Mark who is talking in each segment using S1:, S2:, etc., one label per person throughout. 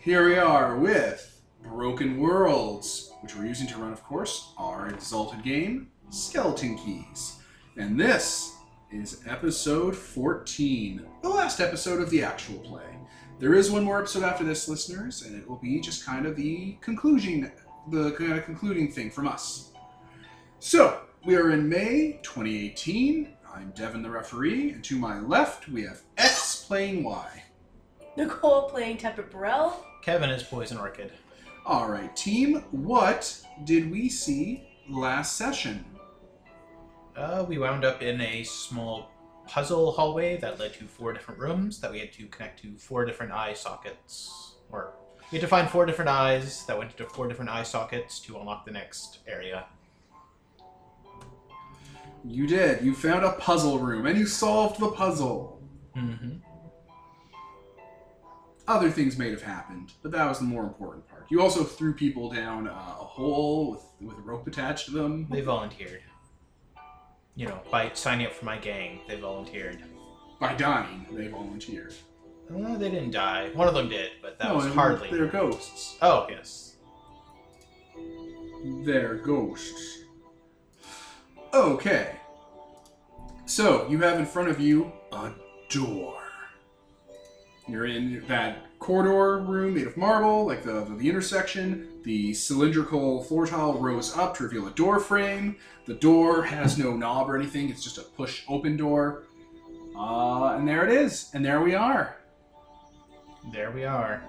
S1: here we are with Broken Worlds, which we're using to run, of course, our exalted game, Skeleton Keys. And this is episode 14, the last episode of the actual play. There is one more episode after this, listeners, and it will be just kind of the conclusion, the kind of concluding thing from us. So, we are in May 2018. I'm Devin the referee, and to my left we have X playing Y.
S2: Nicole playing Tepper Burrell.
S3: Kevin is Poison Orchid.
S1: All right, team, what did we see last session?
S3: Uh, we wound up in a small puzzle hallway that led to four different rooms that we had to connect to four different eye sockets. Or we had to find four different eyes that went into four different eye sockets to unlock the next area.
S1: You did. You found a puzzle room and you solved the puzzle.
S3: Mm-hmm.
S1: Other things may have happened, but that was the more important part. You also threw people down uh, a hole with, with a rope attached to them.
S3: They volunteered. You know, by signing up for my gang, they volunteered.
S1: By dying, they volunteered.
S3: Uh, they didn't die. One of them did, but that
S1: No,
S3: was
S1: and
S3: hardly.
S1: They're ghosts.
S3: Oh, yes.
S1: They're ghosts. Okay. So, you have in front of you a door. You're in that corridor room made of marble, like the, the, intersection. The cylindrical floor tile rose up to reveal a door frame. The door has no knob or anything, it's just a push open door. Uh, and there it is. And there we are.
S3: There we are.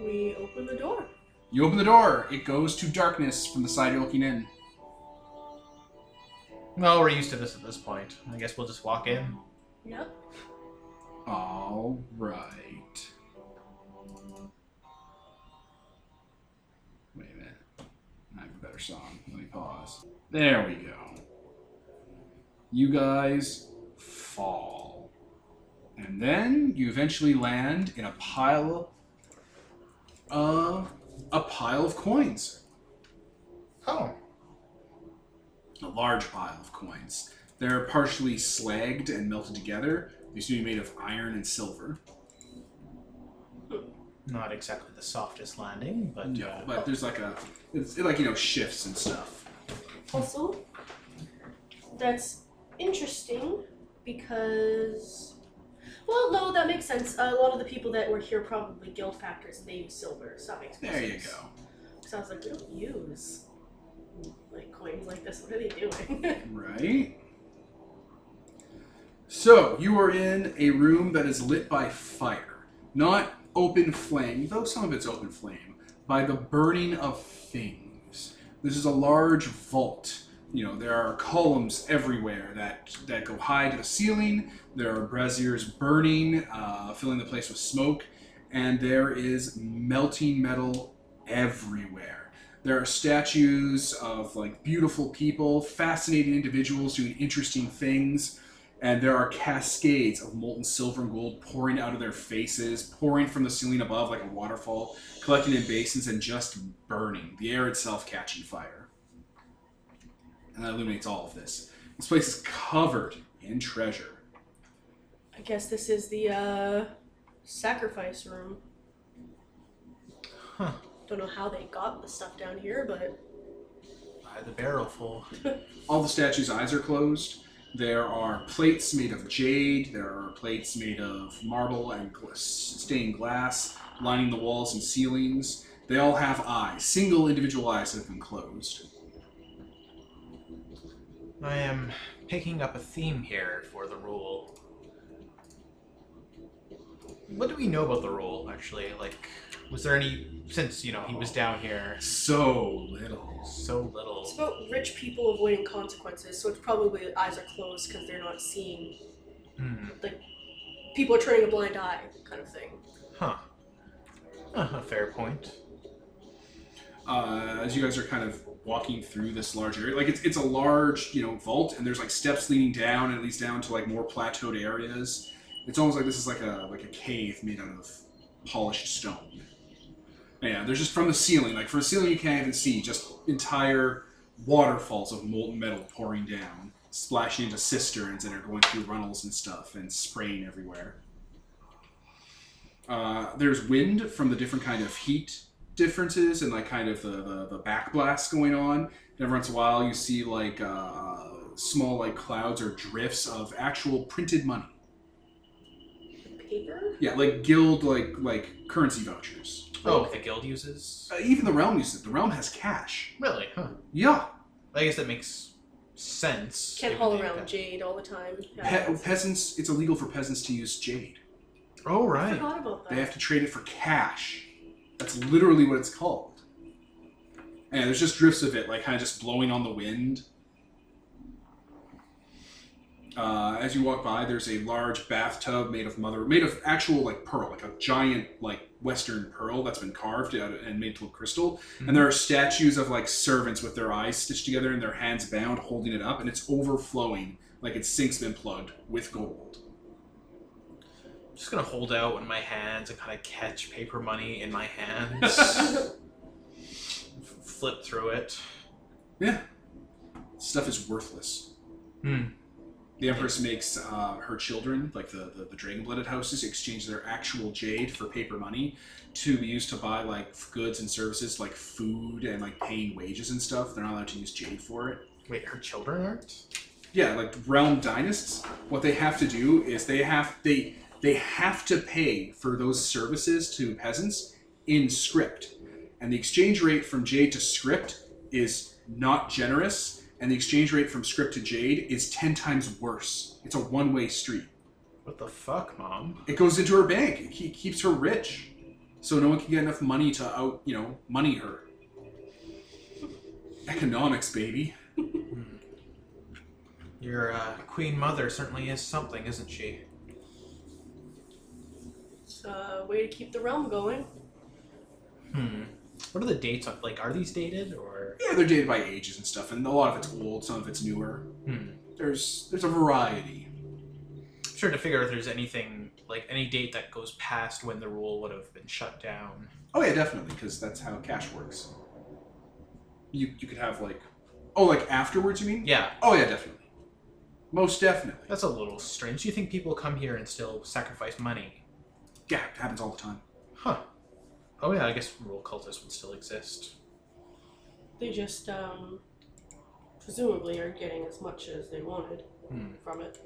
S2: We open the door.
S1: You open the door, it goes to darkness from the side you're looking in.
S3: Well, we're used to this at this point. I guess we'll just walk in.
S2: Yep.
S1: All right. Wait a minute. I have a better song. Let me pause. There we go. You guys fall. And then you eventually land in a pile of uh, a pile of coins.
S3: Oh.
S1: A large pile of coins. They're partially slagged and melted together. They used to be made of iron and silver.
S3: Not exactly the softest landing, but.
S1: No,
S3: uh,
S1: but there's like a, it's it like you know shifts and stuff.
S2: Also, that's interesting because, well, no, that makes sense. a lot of the people that were here probably guild factors. and They use silver, so that makes more
S1: There you
S2: sense.
S1: go.
S2: So I was like, we don't use like coins like this. What are they doing?
S1: Right. So you are in a room that is lit by fire, not open flame, though some of it's open flame, by the burning of things. This is a large vault. You know there are columns everywhere that that go high to the ceiling. There are braziers burning, uh, filling the place with smoke, and there is melting metal everywhere. There are statues of like beautiful people, fascinating individuals doing interesting things, and there are cascades of molten silver and gold pouring out of their faces, pouring from the ceiling above like a waterfall, collecting in basins and just burning. The air itself catching fire. And that illuminates all of this. This place is covered in treasure.
S2: I guess this is the uh, sacrifice room.
S3: Huh.
S2: Don't know how they got the stuff down here, but
S3: By the barrelful.
S1: All the statues' eyes are closed. There are plates made of jade. There are plates made of marble and gl- stained glass lining the walls and ceilings. They all have eyes, single individual eyes that have been closed.
S3: I am picking up a theme here for the rule. What do we know about the rule, actually? Like, was there any. Since, you know, he was down here
S1: So little.
S3: so
S2: It's
S3: little.
S2: about rich people avoiding consequences, so it's probably eyes are closed because they're not seeing.
S3: Hmm.
S2: People are turning a blind eye, kind of thing.
S3: Huh. Uh, fair point.
S1: uh, as you guys are kind of walking through this large area. Like it's it's a large you know vault, and there's like steps leading down, and it leads down to like more plateaued areas. It's almost like this is like a like a cave made out of polished stone. Yeah, there's just from the ceiling, like from the ceiling you can't even see, just entire waterfalls of molten metal pouring down, splashing into cisterns that are going through runnels and stuff and spraying everywhere. Uh, there's wind from the different kind of heat differences and like kind of the, the, the backblast going on. And every once in a while, you see like uh, small like clouds or drifts of actual printed money.
S2: Paper?
S1: Yeah, like guild like like currency vouchers.
S3: Oh, the guild uses?
S1: Uh, even the realm uses it. The realm has cash.
S3: Really? Huh.
S1: Yeah,
S3: I guess that makes sense.
S2: Can't
S3: given
S2: haul
S3: the
S2: around
S3: impact.
S2: jade all the time. Yeah,
S1: Pe- peasants. It's illegal for peasants to use jade.
S3: Oh,
S2: I
S3: right.
S2: forgot about
S1: They
S2: that.
S1: have to trade it for cash. That's literally what it's called. And there's just drifts of it, like kind of just blowing on the wind. Uh, as you walk by, there's a large bathtub made of mother, made of actual like pearl, like a giant like Western pearl that's been carved out and made to look crystal. And there are statues of like servants with their eyes stitched together and their hands bound, holding it up, and it's overflowing like its sink's been plugged with gold.
S3: I'm just gonna hold out in my hands and kind of catch paper money in my hands. F- Flip through it.
S1: Stuff is worthless.
S3: Hmm.
S1: The Empress makes uh, her children, like the, the, the dragon blooded houses, exchange their actual jade for paper money to be used to buy like f- goods and services like food and like paying wages and stuff. They're not allowed to use jade for it.
S3: Wait, her children aren't?
S1: Yeah, like realm dynasts, what they have to do is they have they they have to pay for those services to peasants in script. And the exchange rate from jade to script is not generous, and the exchange rate from script to jade is 10 times worse. It's a one-way street.
S3: What the fuck, mom?
S1: It goes into her bank. It ke- keeps her rich, so no one can get enough money to out, you know, money her. Economics, baby.
S3: Hmm. Your uh, queen mother certainly is something, isn't she?
S2: It's a way to keep the realm going.
S3: Hmm. What are the dates on? Like, are these dated or?
S1: Yeah, they're dated by ages and stuff, and a lot of it's old, some of it's newer.
S3: Hmm.
S1: There's there's a variety.
S3: I'm sure to figure out if there's anything like any date that goes past when the rule would have been shut down.
S1: Oh yeah, definitely, because that's how cash works. You you could have like, oh like afterwards, you mean?
S3: Yeah,
S1: Oh yeah, definitely. Most definitely.
S3: that's a little strange. Do you think people come here and still sacrifice money?
S1: yeah, it happens all the time.
S3: Huh. Oh yeah, I guess rule cultists would still exist.
S2: They just, um, presumably are getting as much as they wanted
S3: Hmm.
S2: from it.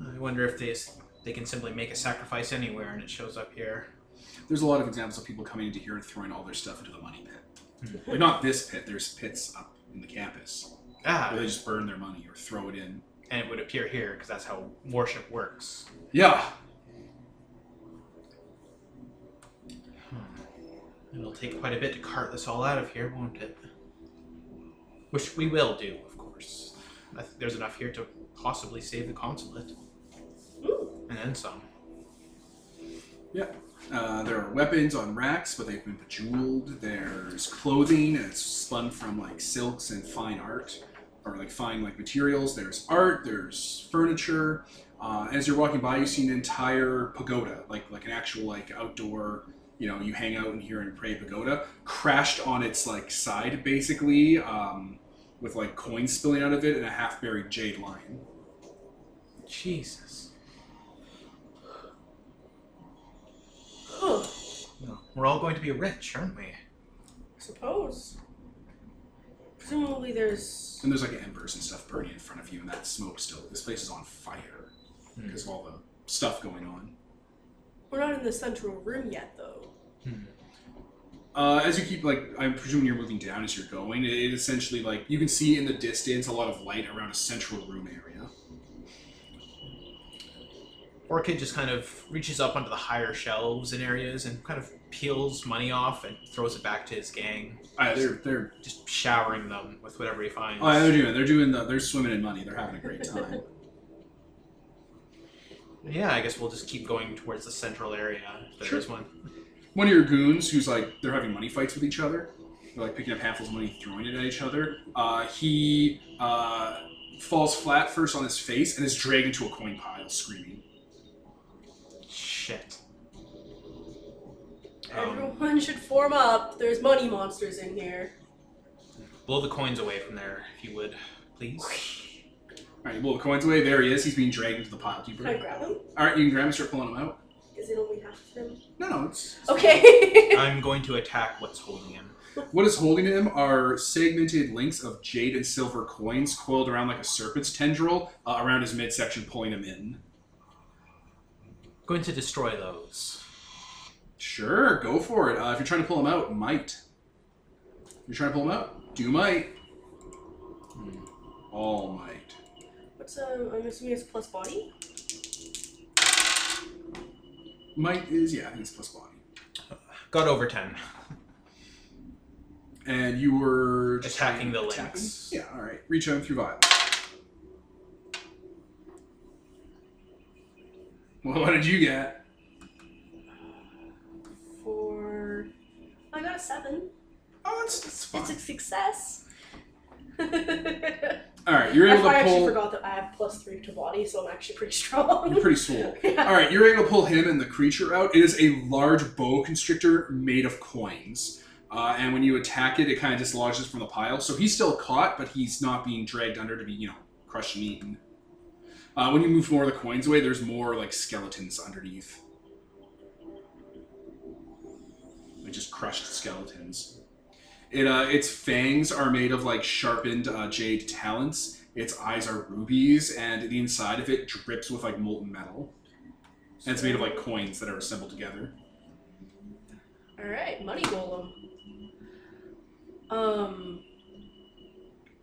S3: I wonder if they s- they can simply make a sacrifice anywhere and it shows up here.
S1: There's a lot of examples of people coming into here and throwing all their stuff into the money pit. Like not this pit. There's pits up in the campus where
S3: Ah,
S1: they just burn their money or throw it in.
S3: and it would appear here because that's how worship works.
S1: Yeah.
S3: Hmm. It'll take quite a bit to cart this all out of here, won't it? Which we will do, of course. I think there's enough here to possibly save the consulate.
S2: Ooh,
S3: And then some.
S1: Uh, there are weapons on racks, but they've been bejeweled. There's clothing, and it's spun from like silks and fine art, or like fine like materials. There's art. There's furniture. Uh, as you're walking by, you see an entire pagoda, like like an actual like outdoor. You know, you hang out in here and pray pagoda, crashed on its like side basically, um, with like coins spilling out of it and a half buried jade lion.
S3: Jesus.
S2: Huh.
S3: We're all going to be rich, aren't we?
S2: Suppose. Presumably there's.
S1: And there's like embers and stuff burning in front of you, and that smoke still. This place is on fire
S3: Hmm.
S1: because of all the stuff going on.
S2: We're not in the central room yet, though.
S1: Uh, as you keep like, I'm presuming you're moving down as you're going. It, it essentially like you can see in the distance a lot of light around a central room area.
S3: Orchid just kind of reaches up onto the higher shelves in areas and kind of peels money off and throws it back to his gang,
S1: Uh, they're they're
S3: just showering them with whatever he finds.
S1: oh, yeah, they're doing they're doing the they're swimming in money. They're having a great time.
S3: yeah, I guess we'll just keep going towards the central area. if There
S1: Sure.
S3: is one.
S1: One of your goons who's like they're having money fights with each other. They're like picking up handfuls of money, and throwing it at each other. Uh, he uh, falls flat first on his face and is dragged into a coin pile, screaming.
S3: Shit. Um,
S2: Everyone should form up. There's money monsters in here.
S3: blow the coins away from there, if you would, please.
S1: All right, you blow the coins away. There he is. He's being dragged into the pile. Do you
S2: Can I
S1: bring-
S2: grab them?
S1: All right, you can grab him. Start pulling him out.
S2: Is it only half of him?
S1: No, no, it's
S2: Okay.
S3: I'm going to attack what's holding him.
S1: What is holding him are segmented links of jade and silver coins coiled around like a serpent's tendril uh, around his midsection, pulling him in.
S3: Going to destroy those.
S1: Sure, go for it. Uh, if you're trying to pull him out, might. If you're trying to pull him out, do might. Hmm. All might.
S2: What's um? I'm assuming it's plus body.
S1: Might is, yeah, I think it's plus body.
S3: Got over 10.
S1: And you were just
S3: Attacking the
S1: attacking?
S3: links.
S1: Yeah, all right. Reach out through violence. Well, what did you get?
S2: For I got a seven.
S1: Oh, it's, it's fine.
S2: It's a success. I
S1: All right, you're able to
S2: actually
S1: pull.
S2: forgot that I have plus three to body, so I'm actually pretty strong.
S1: You're pretty swole.
S2: yeah.
S1: All right, you're able to pull him and the creature out. It is a large boa constrictor made of coins. Uh, and when you attack it, it kind of dislodges from the pile. So he's still caught, but he's not being dragged under to be, you know, crushed and eaten. Uh, when you move more of the coins away, there's more like skeletons underneath. Like just crushed skeletons. It uh, its fangs are made of like sharpened uh, jade talons. Its eyes are rubies, and the inside of it drips with like molten metal. And it's made of like coins that are assembled together.
S2: All right, money golem. Um,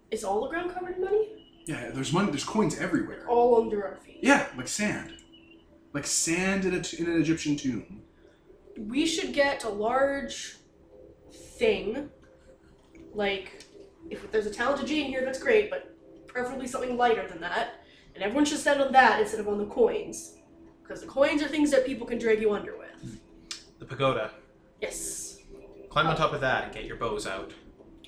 S2: is all the ground covered in money?
S1: Yeah, there's money. There's coins everywhere.
S2: All under our feet.
S1: Yeah, like sand, like sand in, a t- in an Egyptian tomb.
S2: We should get a large thing. Like, if there's a talented gene here, that's great, but preferably something lighter than that. And everyone should stand on that instead of on the coins. Because the coins are things that people can drag you under with.
S3: The pagoda.
S2: Yes.
S3: Climb on top of that and get your bows out.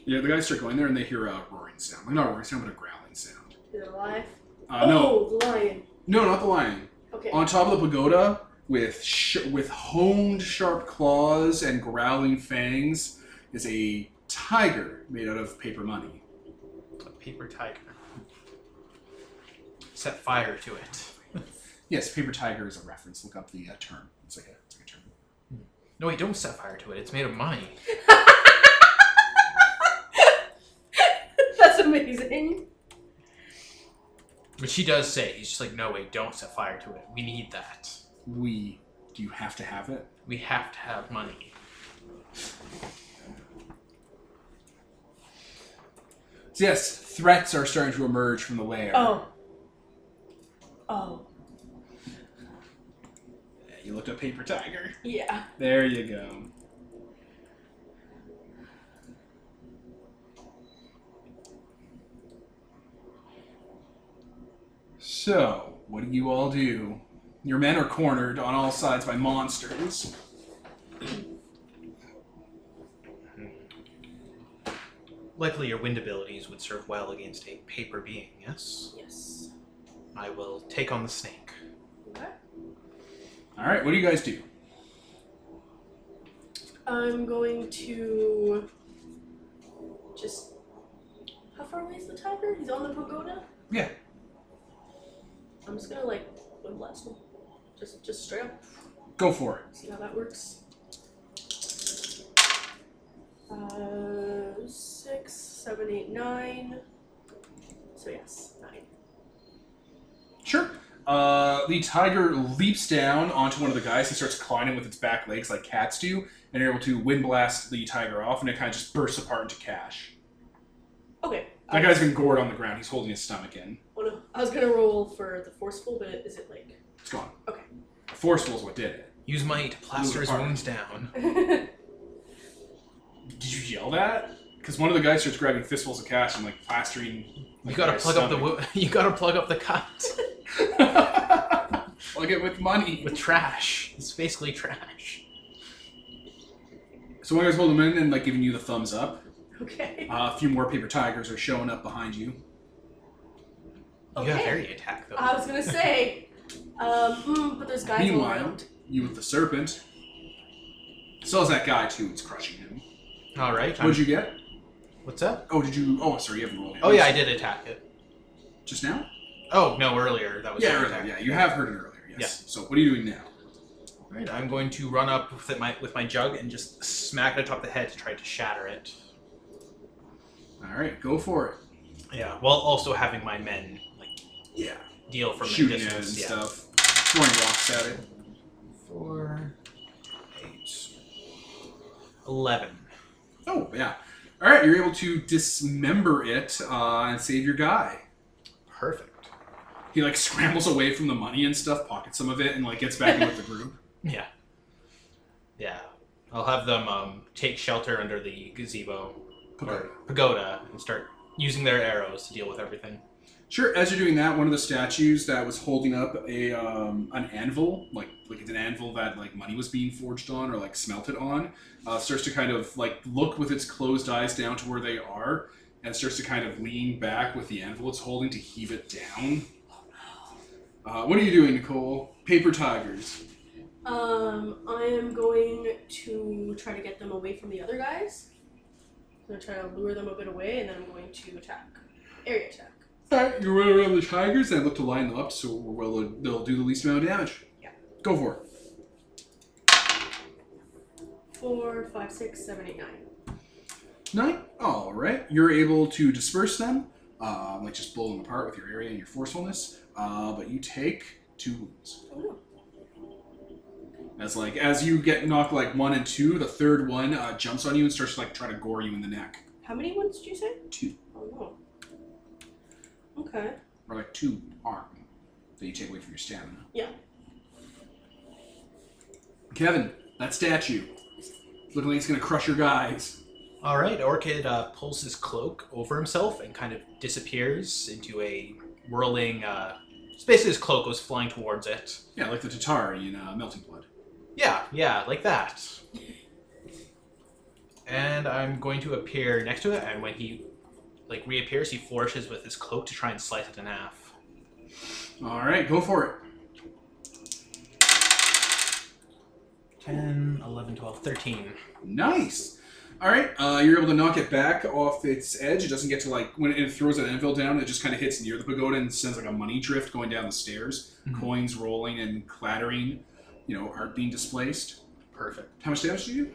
S1: Yeah, the guys start going there and they hear a roaring sound. Like not a roaring sound, but a growling sound.
S2: Is it alive?
S1: Uh, No,
S2: Oh, the lion.
S1: no, not the lion.
S2: Okay.
S1: On top of the pagoda, with sh- with honed sharp claws and growling fangs, is a tiger made out of paper money.
S3: A paper tiger. Set fire to it.
S1: Yes, paper tiger is a reference. Look up the uh, term. It's like a, it's like a term.
S3: No, wait, don't set fire to it. It's made of money.
S2: That's amazing.
S3: But she does say, he's just like, no, wait, don't set fire to it. We need that.
S1: We do you have to have it?
S3: We have to have money.
S1: So yes, threats are starting to emerge from the lair.
S2: Oh. Oh.
S1: Yeah, You looked up paper tiger.
S2: Yeah.
S1: There you go. So, what do you all do? Your men are cornered on all sides by monsters.
S3: Likely your wind abilities would serve well against a paper being, yes?
S2: Yes.
S3: I will take on the snake.
S2: Okay.
S1: All right, what do you guys do?
S2: I'm going to just. How far away is the tiger? He's on the pagoda.
S1: Yeah.
S2: I'm just gonna like one blast him. Just, just straight up.
S1: Go for it.
S2: See how that works. Uh, six, seven, eight, nine. So yes, nine.
S1: Sure. Uh, the tiger leaps down onto one of the guys and starts climbing with its back legs like cats do, and you're able to wind blast the tiger off, and it kind of just bursts apart into cash.
S2: Okay.
S1: That
S2: I
S1: guy's been gored on the ground. He's holding his stomach in.
S2: Oh, no. I was gonna roll for the forceful, but is it like?
S1: It's gone.
S2: Okay.
S1: Forceful is what did it.
S3: Use might to plaster his
S1: apart.
S3: wounds down.
S1: Did you yell that? Because one of the guys starts grabbing fistfuls of cash and like plastering.
S3: You
S1: like,
S3: gotta
S1: guy's
S3: plug up the
S1: stomach.
S3: wo- you gotta plug up the cut
S1: plug it with money.
S3: with trash. It's basically trash.
S1: So one guy's holding him in and like giving you the thumbs up.
S2: okay.
S1: Uh, a few more paper tigers are showing up behind you.
S3: You have
S2: Okay. Uh,
S3: very attack though.
S2: I was gonna say, um, mm, but there's guys all
S1: Meanwhile-
S2: around.
S1: You with the serpent. So is that guy too. It's crushing him.
S3: All right. I'm-
S1: What'd you get?
S3: What's up?
S1: Oh, did you? Oh, sorry, you haven't rolled. yet.
S3: Oh yeah, I did attack it.
S1: Just now?
S3: Oh no, earlier that was
S1: Yeah,
S3: my
S1: earlier,
S3: attack.
S1: yeah. You have heard it earlier. Yes. So what are you doing now?
S3: All right, I'm going to run up with my with my jug and just smack it atop the head to try to shatter it.
S1: All right, go for it.
S3: Yeah, while also having my men like
S1: Yeah,
S3: deal from
S1: shooting
S3: a
S1: it and
S3: distance. yeah.
S1: stuff. Throwing rocks at it.
S3: Four, eight, eleven.
S1: Oh yeah. All right, you're able to dismember it uh, and save your guy.
S3: Perfect.
S1: He like scrambles away from the money and stuff, pockets some of it, and like gets back in with the group.
S3: Yeah. Yeah. I'll have them um, take shelter under the gazebo
S1: Okay.
S3: or pagoda and start using their arrows to deal with everything.
S1: Sure. As you're doing that, one of the statues that was holding up a um, an anvil, like like it's an anvil that like money was being forged on or like smelted on, uh, starts to kind of like look with its closed eyes down to where they are, and starts to kind of lean back with the anvil it's holding to heave it down. Uh, what are you doing, Nicole? Paper tigers.
S2: Um, I am going to try to get them away from the other guys. I'm going to try to lure them a bit away, and then I'm going to attack. Area attack.
S1: Alright, you run around the tigers and I look to line them up so well, they'll do the least amount of damage.
S2: Yeah.
S1: Go for it.
S2: Four, five, six, seven, eight, nine.
S1: Nine. Alright. Oh, You're able to disperse them, um, like just blow them apart with your area and your forcefulness, uh, but you take two wounds.
S2: Oh no.
S1: As like as you get knocked like one and two, the third one uh, jumps on you and starts to like try to gore you in the neck.
S2: How many ones did you say?
S1: Two.
S2: Oh no. Okay.
S1: Or like two harm that you take away from your stamina.
S2: Yeah.
S1: Kevin, that statue. Looking like it's gonna crush your guys.
S3: All right, Orchid uh, pulls his cloak over himself and kind of disappears into a whirling. Uh, it's basically, his cloak goes flying towards it.
S1: Yeah, like the Tatari in uh, Melting Blood.
S3: Yeah, yeah, like that. And I'm going to appear next to it, and when he like reappears, he flourishes with his cloak to try and slice it in half.
S1: All right, go for it.
S3: 10, 11, 12, 13.
S1: Nice. All right, uh, you're able to knock it back off its edge. It doesn't get to like when it throws an anvil down. It just kind of hits near the pagoda and sends like a money drift going down the stairs.
S3: Mhm.
S1: Coins rolling and clattering. You know, art being displaced.
S3: Perfect.
S1: How much damage do you? do?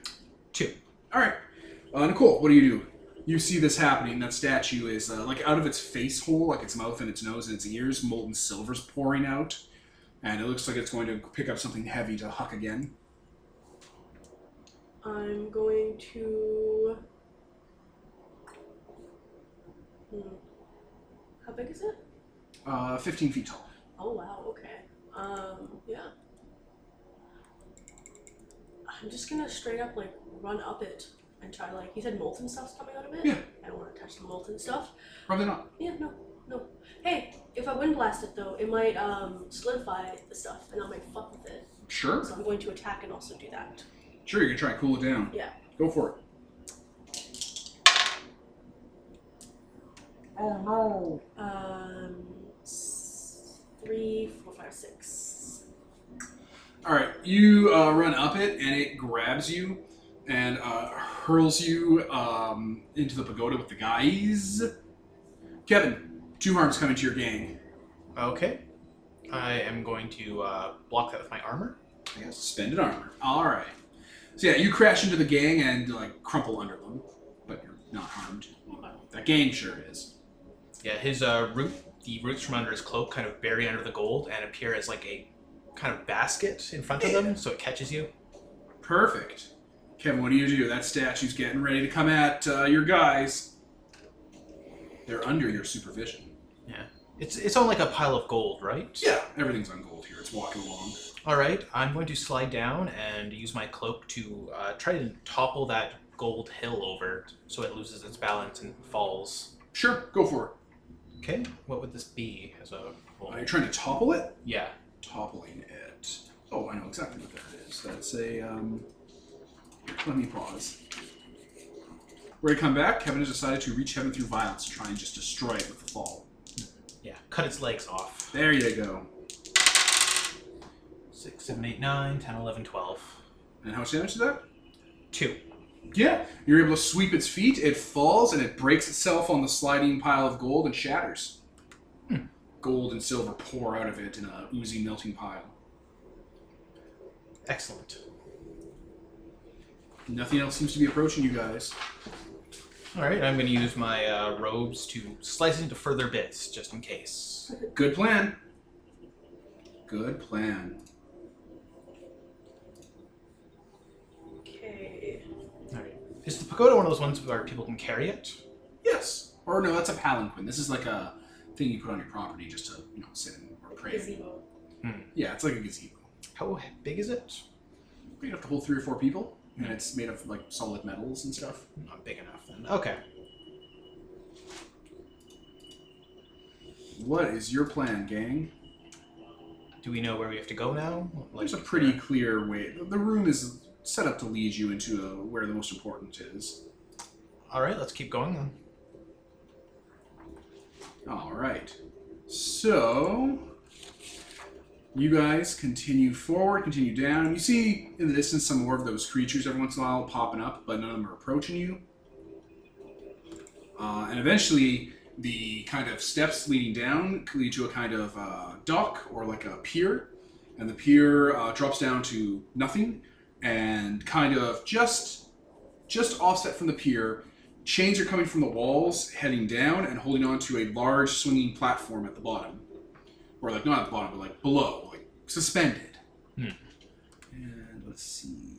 S3: Two.
S1: All right, uh, Nicole, what do you do? You see this happening. That statue is uh, like out of its face hole, like its mouth and its nose and its ears, molten silver's pouring out, and it looks like it's going to pick up something heavy to huck again.
S2: I'm going to. Hmm. How big is it?
S1: Uh, 15 feet tall.
S2: Oh wow. Okay. Um. Yeah. I'm just gonna straight up like run up it and try to like he said molten stuff's coming out of it.
S1: Yeah.
S2: I don't want to touch the molten stuff.
S1: Probably not.
S2: Yeah. No. No. Hey, if I wind blast it though, it might um solidify the stuff and I might fuck with it.
S1: Sure.
S2: So I'm going to attack and also do that.
S1: Sure, you can try and cool it down.
S2: Yeah.
S1: Go for it.
S4: Oh no.
S2: Um, s- three, four, five, six.
S1: All right, you uh, run up it, and it grabs you and uh, hurls you um, into the pagoda with the guys. Kevin, two harms coming to your gang.
S3: Okay. I am going to uh, block that with my armor.
S1: I got suspended armor. All right. So yeah, you crash into the gang and like crumple under them, but you're not harmed. That gang sure is.
S3: Yeah, his uh, root, the roots from under his cloak kind of bury under the gold and appear as like a kind of basket in front of them, so it catches you.
S1: Perfect. Kevin, what do you do? That statue's getting ready to come at uh, your guys. They're under your supervision.
S3: It's it's on like a pile of gold, right?
S1: Yeah, everything's on gold here. It's walking along.
S3: All right, I'm going to slide down and use my cloak to uh, try to topple that gold hill over so it loses its balance and falls.
S1: Sure, go for it.
S3: Okay, what would this be as a roll?
S1: Are you trying to topple it?
S3: Yeah.
S1: Toppling it. Oh, I know exactly what that is. That's a. Um... Let me pause. Where you come back, Kevin has decided to reach heaven through violence to try and just destroy it with the fall.
S3: Yeah, cut its legs off.
S1: There you go.
S3: 6, seven, eight, nine, 10, 11, 12.
S1: And how much damage is that?
S3: 2.
S1: Yeah, you're able to sweep its feet. It falls and it breaks itself on the sliding pile of gold and shatters.
S3: Hmm.
S1: Gold and silver pour out of it in a oozy melting pile.
S3: Excellent.
S1: Nothing else seems to be approaching you guys.
S3: All right, I'm going to use my uh, robes to slice it into further bits, just in case.
S1: Good plan. Good plan.
S2: Okay.
S3: All right. Is the pagoda one of those ones where people can carry it?
S1: Yes. Or no, that's a palanquin. This is like a thing you put on your property just to, you know, sit in or pray.
S2: Gazebo.
S1: Yeah, it's like a gazebo.
S3: How big is it?
S1: You have to hold three or four people, and it's made of like solid metals and stuff.
S3: Not big enough then. Okay.
S1: What is your plan, gang?
S3: Do we know where we have to go now?
S1: There's a pretty clear way. The room is set up to lead you into uh where the most important is.
S3: All right, let's keep going then.
S1: All right. So you guys continue forward, continue down. You see in the distance some more of those creatures every once in a while popping up, but none of them are approaching you. Uh, and eventually, the kind of steps leading down lead to a kind of uh, dock or like a pier, and the pier uh, drops down to nothing, and kind of just just offset from the pier Chains are coming from the walls, heading down and holding on to a large swinging platform at the bottom. Or, like, not at the bottom, but, like, below, like, suspended.
S3: Hmm.
S1: And let's see.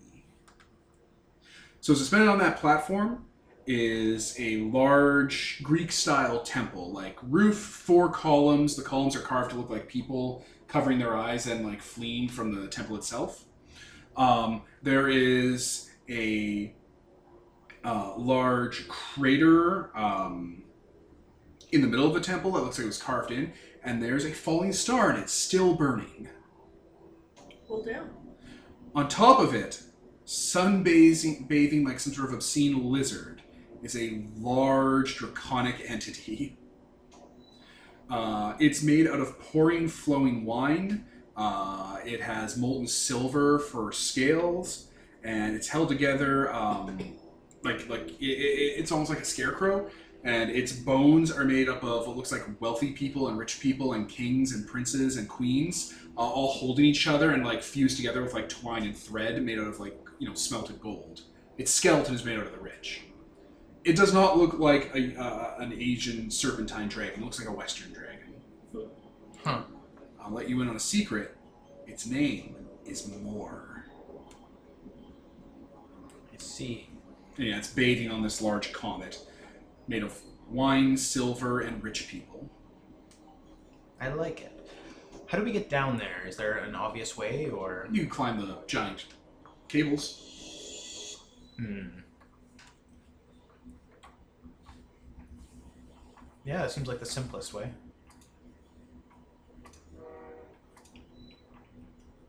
S1: So, suspended on that platform is a large Greek style temple, like, roof, four columns. The columns are carved to look like people covering their eyes and, like, fleeing from the temple itself. Um, there is a uh, large crater um, in the middle of the temple that looks like it was carved in, and there's a falling star and it's still burning.
S2: Hold down.
S1: On top of it, sunbathing bathing like some sort of obscene lizard is a large draconic entity. Uh, it's made out of pouring, flowing wine. Uh, it has molten silver for scales, and it's held together um, like like it, it, it's almost like a scarecrow. And its bones are made up of what looks like wealthy people and rich people and kings and princes and queens uh, all holding each other and like fused together with like twine and thread made out of like you know smelted gold. Its skeleton is made out of the rich. It does not look like a, uh, an Asian serpentine dragon. It looks like a Western dragon.
S3: Huh.
S1: I'll let you in on a secret. Its name is Moor.
S3: I see.
S1: And yeah, it's bathing on this large comet made of wine, silver, and rich people.
S3: I like it. How do we get down there? Is there an obvious way or?
S1: You climb the giant cables.
S3: Hmm. Yeah, it seems like the simplest way.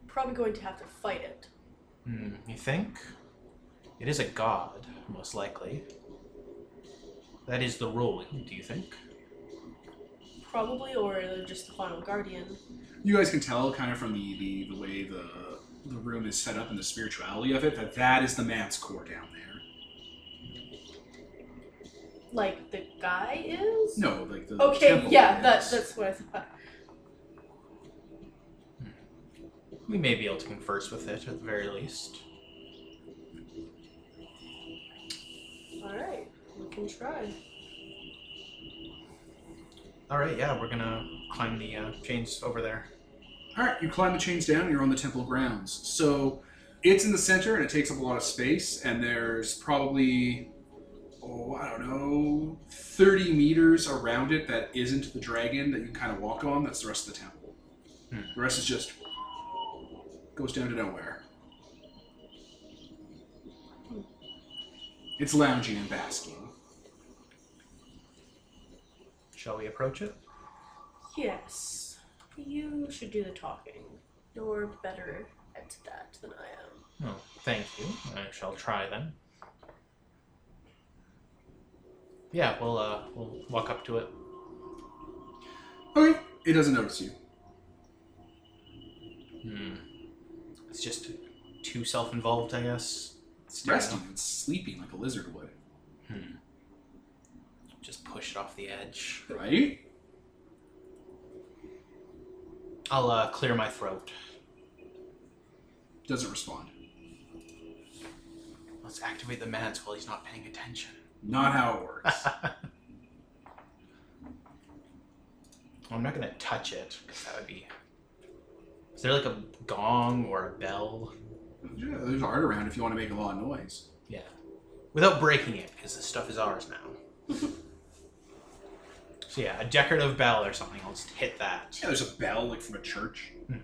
S2: Probably going to have to fight it.
S3: Hmm. You think? It is a god, most likely. That is the rule, do you think?
S2: Probably, or they're just the final guardian.
S1: you guys can tell kind of from the, the, the way the, the room is set up and the spirituality of it that that is the man's core down there.
S2: Like the guy is?
S1: No, like the
S2: Okay,
S1: temple
S2: yeah, that,
S1: is.
S2: that's what I thought.
S3: We may be able to converse with it at the very least.
S2: Alright, we can try.
S3: All right, yeah, we're gonna climb the uh, chains over there.
S1: All right, you climb the chains down. You're on the temple grounds. So it's in the center, and it takes up a lot of space. And there's probably oh, I don't know, thirty meters around it that isn't the dragon that you can kind of walk on. That's the rest of the temple.
S3: Hmm.
S1: The rest is just goes down to nowhere.
S2: Hmm.
S1: It's lounging and basking.
S3: Shall we approach it?
S2: Yes, you should do the talking. You're better at that than I am.
S3: Oh, thank you. I shall try then. Yeah, we'll uh, we'll walk up to it.
S1: Okay, it doesn't notice you.
S3: Hmm. It's just too self-involved, I guess.
S1: It's resting and sleeping like a lizard would,
S3: Hmm. Just push it off the edge.
S1: right?
S3: I'll uh, clear my throat.
S1: Doesn't respond.
S3: Let's activate the meds while he's not paying attention.
S1: Not how it works.
S3: I'm not gonna touch it because that would be. Is there like a gong or a bell?
S1: yeah, there's art around if you want to make a lot of noise.
S3: Yeah. Without breaking it, because this stuff is ours now. so yeah, a decorative bell or something. I'll just hit that.
S1: Yeah, there's a bell like from a church.
S3: Mhm.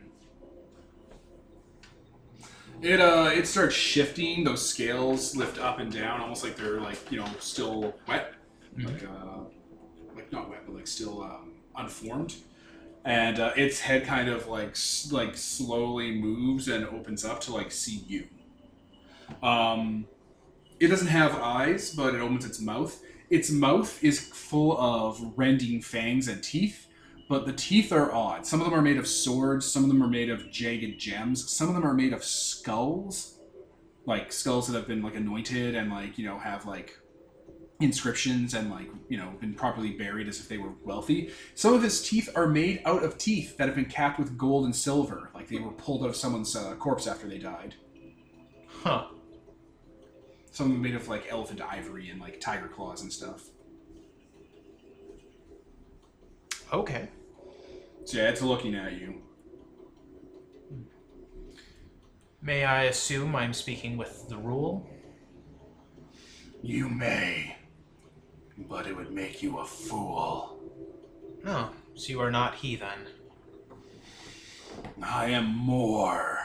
S1: It uh, it starts shifting. Those scales lift up and down, almost like they're like you know still wet, like uh, like not wet, but like still um, unformed. And uh, its head kind of like s- like slowly moves and opens up to like see you. Um, it doesn't have eyes, but it opens its mouth. Its mouth is full of rending fangs and teeth but the teeth are odd. Some of them are made of swords, some of them are made of jagged gems, some of them are made of skulls, like skulls that have been like anointed and like, you know, have like inscriptions and like, you know, been properly buried as if they were wealthy. Some of his teeth are made out of teeth that have been capped with gold and silver, like they were pulled out of someone's uh, corpse after they died.
S3: Huh.
S1: Some of them made of like elephant ivory and like tiger claws and stuff.
S3: Okay.
S1: So yeah, it's looking at you.
S3: May I assume I'm speaking with the rule?
S1: You may, but it would make you a fool.
S3: Oh, so you are not he then.
S1: I am more.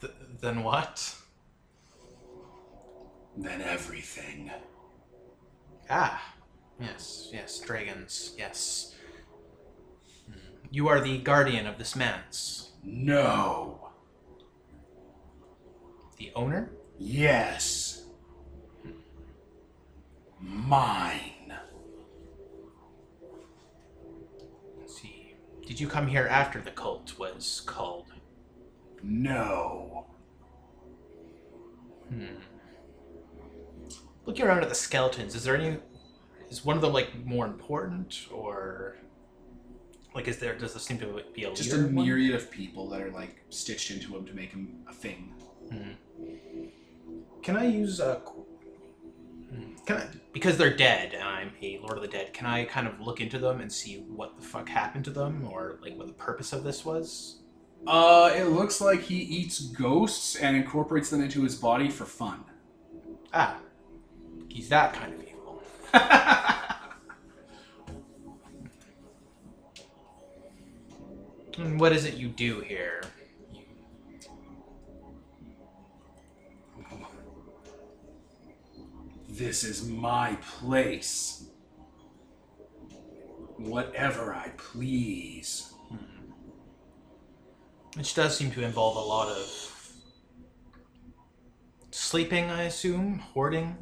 S3: Th- then what?
S1: than everything.
S3: Ah, yes, yes, dragons, yes. Hmm. You are the guardian of this manse,
S1: No.
S3: the owner.
S1: Yes. Mine.
S3: Let's see, did you come here after the cult was called?
S1: No.
S3: Hmm. Looking around at the skeletons, is there any? Is one of them like more important, or like is there? Does this seem to be a
S1: Just a
S3: leader one?
S1: myriad of people that are like stitched into him to make him a thing.
S3: Can I use a? Can I, Hmm. because they're dead and I'm a Lord of the Dead. Can I kind of look into them and see what the fuck happened to them, or like what the purpose of this was?
S1: Uh, it looks like he eats ghosts and incorporates them into his body for fun.
S3: Ah, he's that kind of evil. And what is it you do here?
S1: This is my place. Whatever I please.
S3: Hmm. Which does seem to involve a lot of sleeping, I assume, hoarding.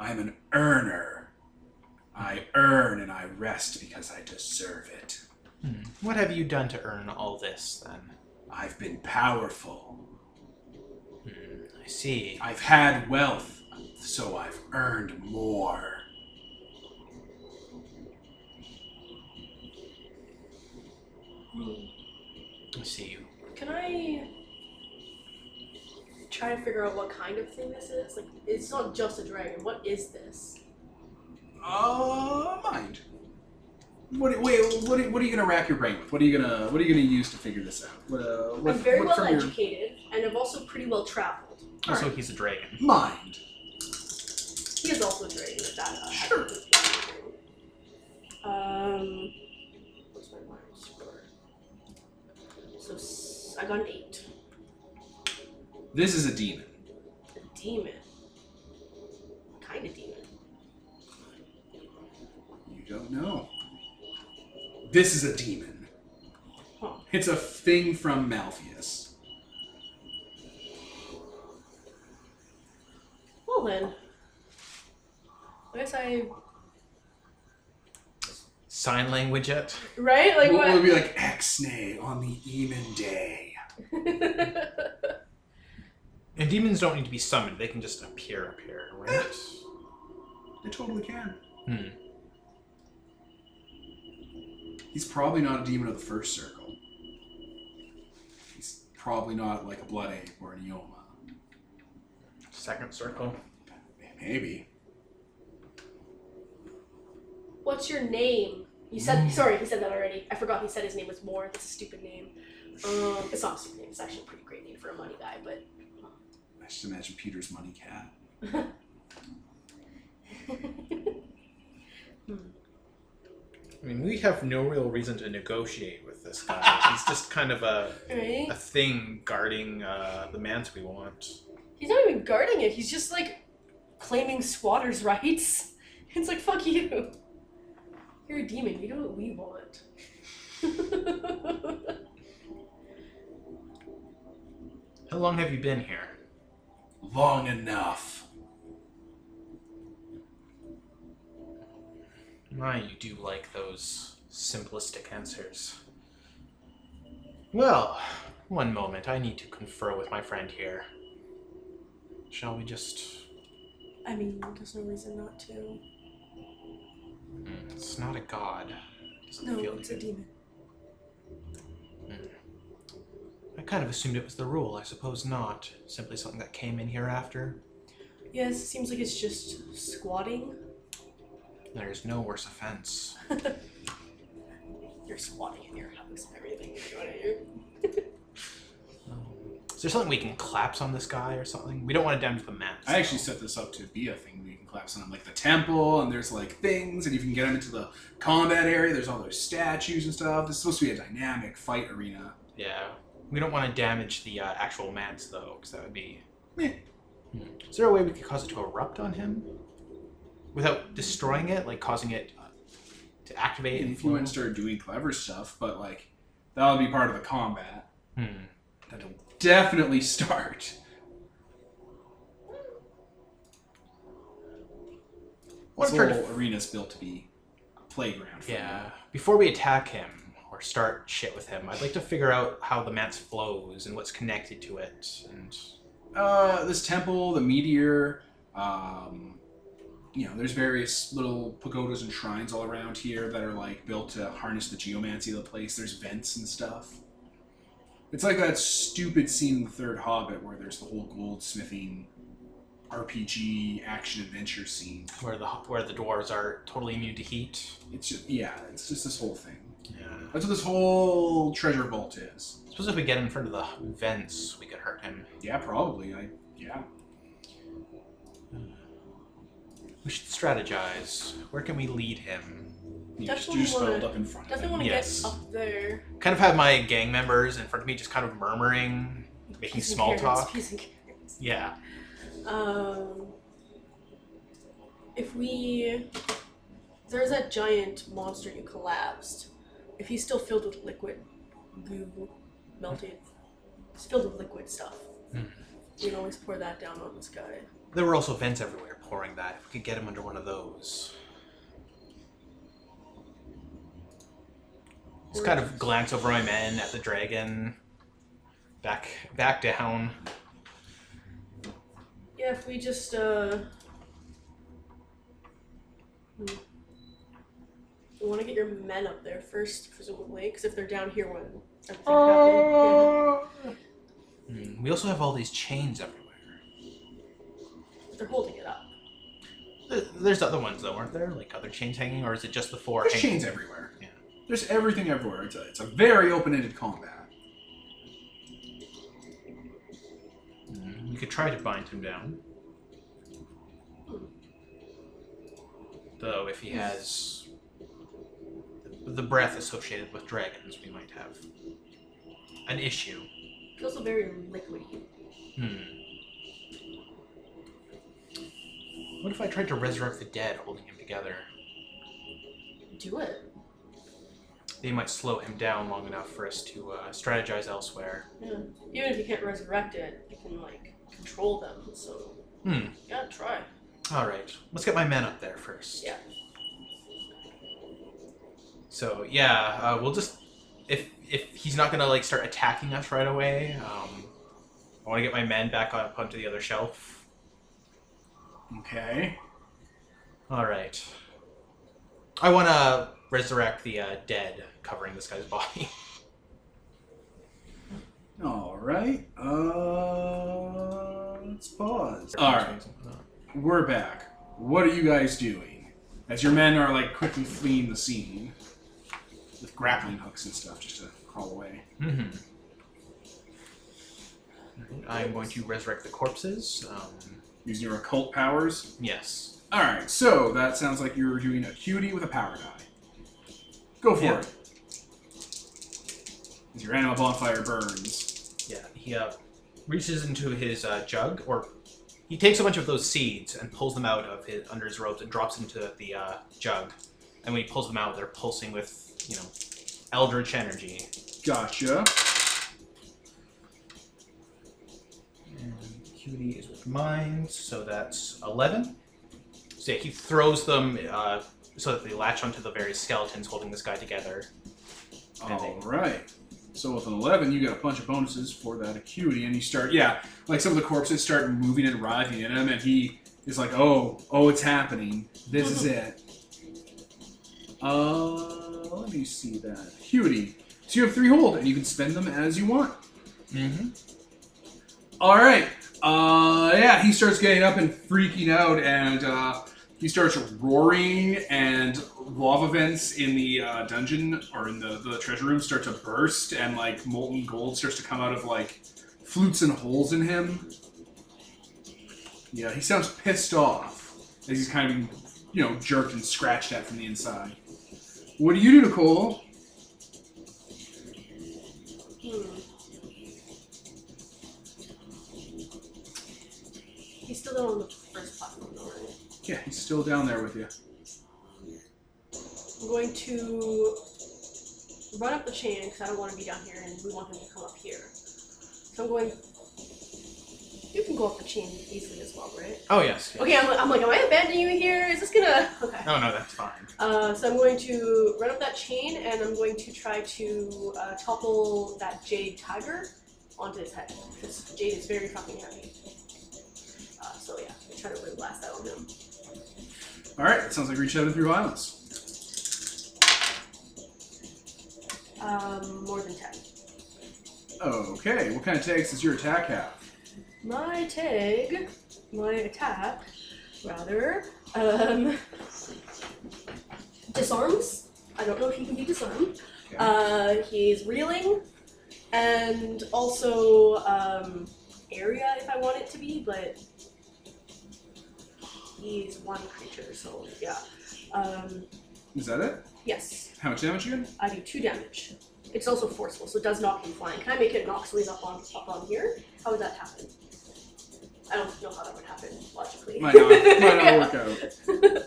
S1: I'm an earner. I earn and I rest because I deserve it.
S3: Hmm. What have you done to earn all this then?
S1: I've been powerful.
S3: Hmm, I see.
S1: I've had wealth, so I've earned more.
S3: I see you.
S2: Can I try and figure out what kind of thing this is? Like, it's not just a dragon. What is this?
S1: Uh, mind. What, wait, what, what are you gonna wrap your brain with? What are you gonna What are you gonna use to figure this out? What, uh, what,
S2: I'm very
S1: what
S2: well
S1: from your
S2: educated, and I'm also pretty well traveled.
S3: Also, he's a dragon.
S1: mind?
S2: He is also a dragon with that. Uh,
S1: Sure.
S2: Um, what's my minus score? So s- I got an eight.
S1: This is a demon.
S2: A demon. What kind of demon?
S1: You don't know. This is a demon.
S2: Huh.
S1: It's a thing from Malpheus.
S2: Well then, I guess I
S3: Sign language it.
S2: right like
S1: what,
S2: what?
S1: would be like Exnay on the Eamon Day?
S3: And demons don't need to be summoned, they can just appear up here, right?
S1: They totally can.
S3: Hmm.
S1: He's probably not a demon of the first circle. probably not like a blood ape or an Eoma.
S3: Second circle.
S1: Maybe.
S2: What's your name? You said
S3: Mm.
S2: sorry. He said that already. I forgot. He said his name was Moore. That's a stupid name. Um, it's not a stupid name. It's actually a pretty great name for a money guy. But
S1: I just imagine Peter's money cat.
S3: I mean, we have no real reason to negotiate with this guy. He's just kind of a,
S2: right?
S3: a thing guarding uh, the manse we want.
S2: He's not even guarding it. He's just like claiming squatters' rights. It's like fuck you. You're a demon. You know what we want.
S3: How long have you been here?
S1: Long enough.
S3: My, you do like those simplistic answers. Well, one moment. I need to confer with my friend here. Shall we just.
S2: I mean, there's no reason not to.
S3: Mm, It's not a god. Doesn't feel good.
S2: demon.
S3: I kind of assumed it was the rule. I suppose not. Simply something that came in here after.
S2: Yes, it seems like it's just squatting.
S3: There's no worse offense.
S2: You're squatting in your house and everything you're doing here.
S3: Um, Is there something we can collapse on this guy or something? We don't want to damage the map.
S1: I actually set this up to be a thing where you can collapse on, like the temple, and there's like things, and you can get them into the combat area. There's all those statues and stuff. This is supposed to be a dynamic fight arena.
S3: Yeah. We don't want to damage the uh, actual manse, though, because that would be.
S1: Meh.
S3: Hmm. Is there a way we could cause it to erupt on him? Without destroying it? Like causing it uh, to activate? and flow?
S1: Influenced or doing clever stuff, but like that'll be part of the combat.
S3: Hmm.
S1: That'll definitely start.
S3: What
S1: this
S3: if our
S1: whole arena's built to be a playground. For
S3: Yeah. Before we attack him or start shit with him, I'd like to figure out how the manse flows and what's connected to it. And
S1: them. Uh, this temple, the meteor. Um, you know, there's various little pagodas and shrines all around here that are like built to harness the geomancy of the place. There's vents and stuff. It's like that stupid scene in the Third Hobbit where there's the whole goldsmithing RPG action adventure scene.
S3: where the where the dwarves are totally immune to heat.
S1: It's just yeah, it's just this whole thing.
S3: Yeah.
S1: That's what this whole treasure vault is.
S3: I suppose if we get in front of the vents, we could hurt him.
S1: Yeah, probably. I yeah.
S3: We should strategize. Where can we lead him?
S1: You know, just
S2: Definitely
S1: juice
S2: wanna-
S1: filled up in front of
S2: Definitely
S1: him.
S2: want to
S3: Yes.
S2: get up there.
S3: Kind of have my gang members in front of me just kind of murmuring, making
S2: Peas and
S3: small
S2: carrots,
S3: talk.
S2: peas and carrots.
S3: Yeah.
S2: Um, if we, there's that giant monster you collapsed. If he's still filled with liquid goo, melted, it's filled with liquid stuff.
S3: Hmm.
S2: We can always pour that down on this guy.
S3: There were also vents everywhere pouring that. If we could get him under one of those. Just kind of glance over my men at the dragon. Back back down.
S2: Yeah, if we just uh hmm. we want to get your men up there first, presumably, because if they're down here, when everything happened,
S1: Oh.
S3: Hmm, We also have all these chains everywhere.
S2: yeah, they're holding it up.
S3: There- There's other ones though, aren't there? Like other chains hanging, or is it just the four?
S1: There's
S3: hanging?
S1: chains everywhere.
S3: Yeah.
S1: There's everything everywhere. It's a, it's a very open-ended combat.
S3: Mm, We could try to bind him down. Though, if he has the breath associated with dragons, we might have an issue.
S2: It's also very liquidy.
S3: Hmm. What if I tried to resurrect the dead, holding him together?
S2: Do it.
S3: They might slow him down long enough for us to uh, strategize elsewhere.
S2: Yeah. Even if you can't resurrect it, you can like control them. So
S3: Hmm.
S2: yeah, try.
S3: All right, let's get my men up there first.
S2: Yeah.
S3: So yeah, uh, we'll just if if he's not gonna like start attacking us right away, um, I want to get my men back on, up onto the other shelf.
S1: Okay.
S3: All right. I want to resurrect the uh, dead covering this guy's body.
S1: All right. Uh, let's pause. All right, we're back. What are you guys doing? As your men are like quickly fleeing the scene with grappling hooks and stuff, just to crawl away.
S3: hmm I'm going to resurrect the corpses. Um,
S1: Using your occult powers.
S3: yes.
S1: All right. So that sounds like you're doing acuity with a power die. Go for
S3: Yeah.
S1: it. As your animal bonfire burns.
S3: Yeah. He uh, reaches into his uh, jug, or he takes a bunch of those seeds and pulls them out of his under his robes and drops into the uh, jug. And when he pulls them out, they're pulsing with you know eldritch energy.
S1: Gotcha.
S3: And cutie is with mine, so that's 11. So yeah, he throws them uh, so that they latch onto the various skeletons holding this guy together.
S1: All right. So with an eleven, you got a bunch of bonuses for that acuity, and you start, yeah, like some of the corpses start moving and writhing in him, and he is like, "Oh, oh, it's happening. This is it." Uh, let me see that acuity. So you have three hold, and you can spend them as you want.
S3: Mm-hmm.
S1: All right. Uh, yeah, he starts getting up and freaking out, and uh, he starts roaring, and lava vents in the uh, dungeon or in the, the treasure room start to burst, and like molten gold starts to come out of like flutes and holes in him. Yeah, he sounds pissed off as he's kind of being, you know, jerked and scratched at from the inside. What do you do, Nicole?
S2: Hmm. He's still on the first platform, though, right?
S1: Yeah, he's still down there with you.
S2: I'm going to run up the chain because I don't want to be down here and we want him to come up here. So I'm going. You can go up the chain easily as well, right?
S3: Oh, yes. yes.
S2: Okay, I'm, I'm like, am I abandoning you here? Is this gonna. Okay.
S3: No, no, that's fine.
S2: Uh, so I'm going to run up that chain and I'm going to try to uh, topple that jade tiger onto his head because jade is very fucking heavy. Uh, so yeah, I'm trying to really blast that on him.
S1: All right, it sounds like reach out and through violence.
S2: Um, more than 10.
S1: Okay, what kind of tags does your attack have?
S2: My tag, my attack, rather, um, disarms. I don't know if he can be disarmed.
S1: Okay.
S2: Uh, he's reeling, and also um, area if I want it to be, but he's one creature, so yeah. Um,
S1: Is that it?
S2: yes,
S1: How much damage again?
S2: I do two damage. It's also forceful, so it does knock him flying. Can I make it knock so he's up on up on here? How would that happen? I don't know how that would happen logically.
S1: Might not, might not work out.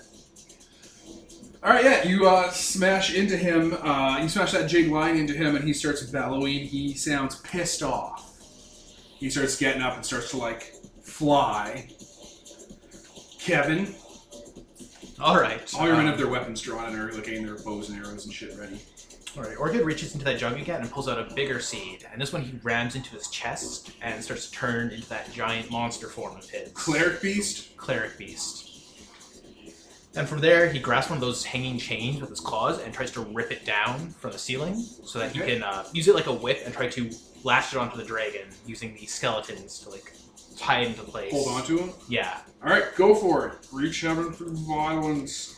S1: All right, yeah, you uh, smash into him. Uh, you smash that jade line into him, and he starts bellowing. He sounds pissed off. He starts getting up and starts to like fly. Kevin,
S3: All right.
S1: all your men
S3: um,
S1: have their weapons drawn and are like getting their bows and arrows and shit ready.
S3: All right, Orchid reaches into that jug again and pulls out a bigger seed, and this one he rams into his chest and starts to turn into that giant monster form of his.
S1: Cleric beast.
S3: Cleric beast. And from there, he grasps one of those hanging chains with his claws and tries to rip it down from the ceiling so that he
S1: Okay.
S3: can uh, use it like a whip and try to lash it onto the dragon using the skeletons to like tie it into place.
S1: Hold on to him.
S3: Yeah.
S1: All right, go for it. Reach out and through violence.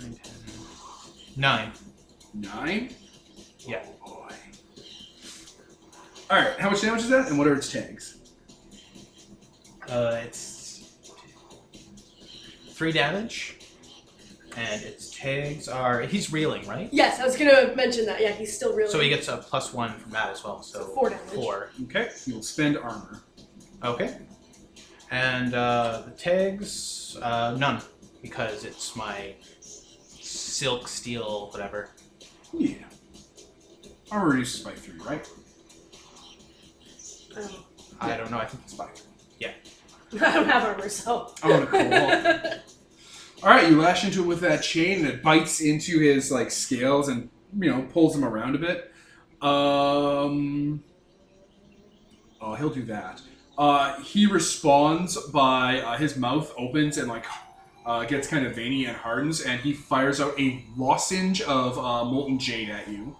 S3: Nine. Nine.
S1: Nine?
S3: Yeah.
S1: Oh boy. Alright, how much damage is that? And what are its tags?
S3: Uh, it's three damage, and its tags are he's reeling, right?
S2: Yes, I was gonna mention that. Yeah, he's still really.
S3: So he gets a plus one from that as well. So
S2: Four damage.
S3: Four.
S1: Okay. You will spend armor.
S3: Okay. And uh, the tags, uh, none, because it's my silk steel whatever.
S1: Yeah. Armor reduces by three, right?
S2: Um,
S3: I don't know. I think
S1: It's by
S2: I don't have armor, so.
S1: Oh, Nicole. Alright, you lash into it with that chain and it bites into his like scales and you know, pulls him around a bit. Um Oh, he'll do that. Uh, he responds by uh, his mouth opens and like uh, gets kind of veiny and hardens, and he fires out a lozenge of uh, molten jade at you.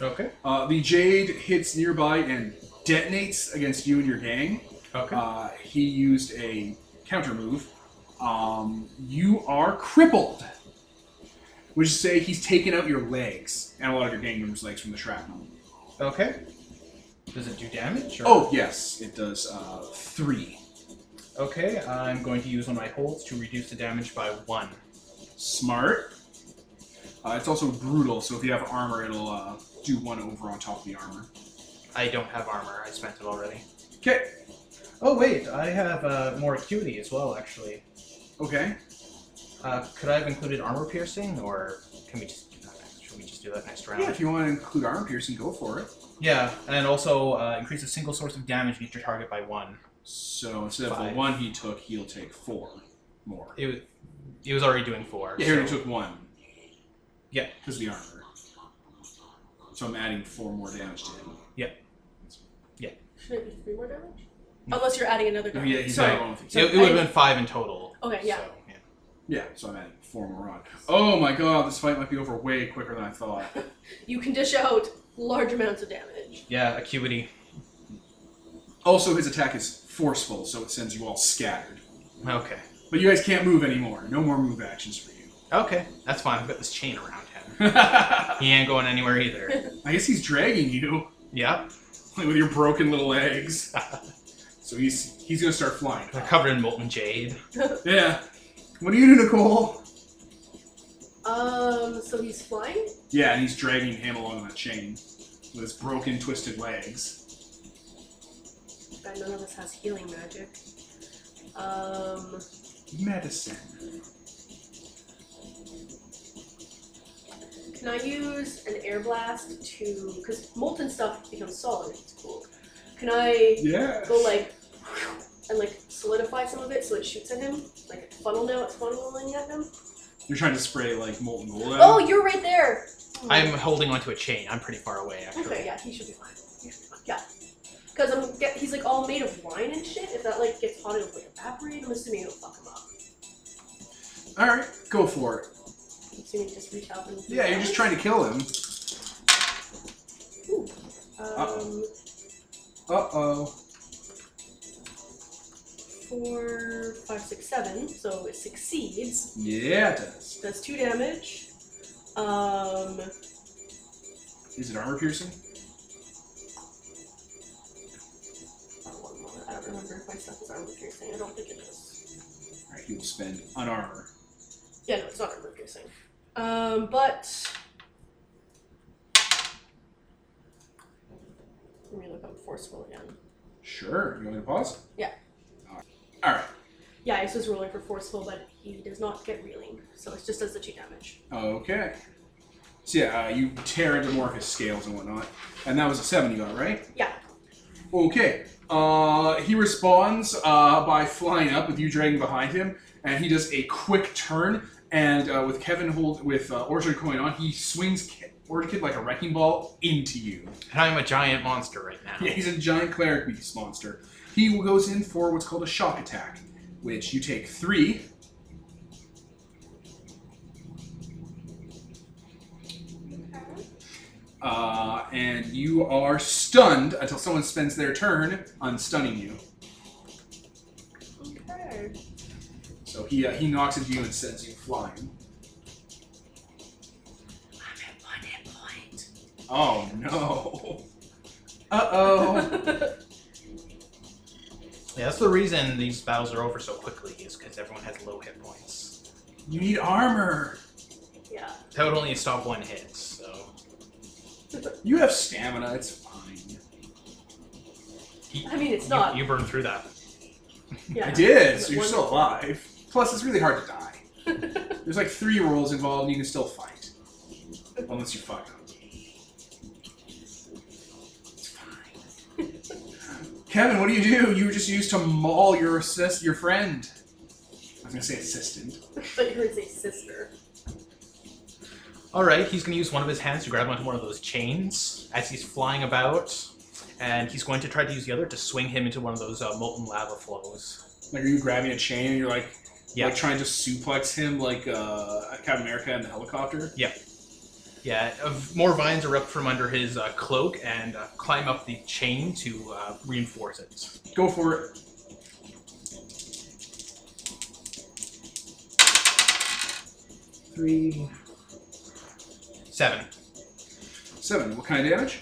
S3: Okay.
S1: Uh, the jade hits nearby and detonates against you and your gang.
S3: Okay.
S1: Uh, he used a counter move. Um, you are crippled, which is to say he's taken out your legs and a lot of your gang members' legs from the shrapnel.
S3: okay. Does it do damage? Or?
S1: Oh yes, it does uh, three.
S3: Okay, I'm going to use one of my holds to reduce the damage by one.
S1: Smart. Uh, it's also brutal, so if you have armor, it'll uh, do one over on top of the armor.
S3: I don't have armor. I spent it already.
S1: Okay.
S3: Oh wait, I have uh, more acuity as well. Actually,
S1: Okay.
S3: uh, could I have included armor piercing, or can we just do that? Next? Should we just do that next round?
S1: Yeah, if you want to include armor piercing, go for it.
S3: Yeah, and also uh, increase a single source of damage against your target by one.
S1: So instead of
S3: Five.
S1: the one he took, he'll take four more.
S3: It was, it was already doing four.
S1: Yeah, he already
S3: so-
S1: took one.
S3: Yeah.
S1: Because the armor. So I'm adding four more damage to him.
S2: Shouldn't it be three more damage?
S3: No.
S2: Unless you're adding another
S1: Oh,
S2: damage.
S1: yeah, he's
S2: Sorry.
S1: not wrong with
S3: It,
S1: you.
S2: So
S3: it would have
S2: I-
S3: been five in total.
S2: Okay, yeah.
S3: so, yeah.
S1: Yeah, so I'm adding four more on. Oh my god, this fight might be over way quicker than I thought.
S2: You can dish out large amounts of damage.
S3: Yeah, acuity.
S1: Also, his attack is forceful, so it sends you all scattered.
S3: Okay.
S1: But you guys can't move anymore. No more move actions for you.
S3: Okay, that's fine. I've got this chain around him.
S1: I
S3: He ain't going anywhere either.
S1: guess he's dragging you
S3: yep.
S1: with your broken little legs. So he's he's gonna start flying.
S3: They're covered in molten jade.
S1: Yeah. What do you do, Nicole?
S2: Um, so he's flying?
S1: Yeah, and he's dragging him along on a chain with his broken, twisted legs.
S2: I none of us has healing magic. Um,
S1: Medicine.
S2: can I use an air blast to. Because molten stuff becomes solid, it's cool. Can I
S1: Yeah.
S2: go like and like solidify some of it so it shoots at him? Like funnel now, it's funneling at him?
S1: You're trying to spray like molten gold. at
S2: Oh,
S1: him?
S2: you're right there! Hmm.
S3: I'm holding onto a chain. I'm pretty far away, actually.
S2: Okay, yeah, he should be fine. He should be fine. Yeah. Because I'm get, he's like all made of wine and shit. If that like gets hot, it'll like evaporate. I'm assuming it'll fuck him up.
S1: All right, go for it.
S2: I'm assuming just reach out and.
S1: Yeah, you're just trying to kill him.
S2: Um,
S1: Uh oh.
S2: four, five, six, seven. So it succeeds.
S1: Yeah, it does.
S2: That's two damage. Um,
S1: Is it armor piercing?
S2: oh, one moment. I don't remember if my stuff is armor piercing. I don't think it is.
S1: All right, he will spend on armor.
S2: Yeah, no, it's not armor piercing. Um, but. Let me look up forceful again.
S1: Sure. You want me to pause?
S2: Yeah.
S1: All right.
S2: Yeah, Ace was rolling for forceful, but he does not get reeling, so it just does the two damage.
S1: Okay. So yeah, uh, you tear into more of his scales and whatnot, and that was a seven you got, right?
S2: Yeah.
S1: Okay. Uh, he responds uh, by flying up with you dragging behind him, and he does a quick turn. And uh, with Kevin hold with uh, Orchard coin on, he swings Ke- Orchard Kid like a wrecking ball into you.
S3: And I'm a giant monster right now.
S1: Yeah, he's a giant cleric beast monster. He goes in for what's called a shock attack, which you take three. Uh, and you are stunned until someone spends their turn unstunning you.
S2: Okay.
S1: So he uh, he knocks into you and sends you flying.
S2: I'm at one hit point.
S1: Oh no. Uh oh.
S3: Yeah, that's the reason these battles are over so quickly, is because everyone has low hit points.
S1: you need armor.
S2: yeah.
S3: That would only stop one hit, so.
S1: You have stamina. It's fine.
S2: I mean, it's
S3: You-
S2: not.
S3: You, burned through that.
S2: Yeah.
S1: I did. So
S2: But
S1: you're
S2: one-
S1: still alive. Plus, it's really hard to die. There's like three rolls involved, and you can still fight, unless you fuck up. It's fine. Kevin, what do you do? You were just used to maul your assist, your friend. I was gonna say assistant.
S2: But yours a sister.
S3: Alright, he's going to use one of his hands to grab onto one of those chains as he's flying about, and he's going to try to use the other to swing him into one of those uh, molten lava flows.
S1: Like, are you grabbing a chain and you're like,
S3: Yeah.
S1: Like trying to suplex him like uh, Captain America in the helicopter.
S3: Yeah, of, more vines are up from under his uh, cloak and uh, climb up the chain to uh, reinforce it.
S1: Go for it.
S3: Three. Seven.
S1: Seven. What kind of damage?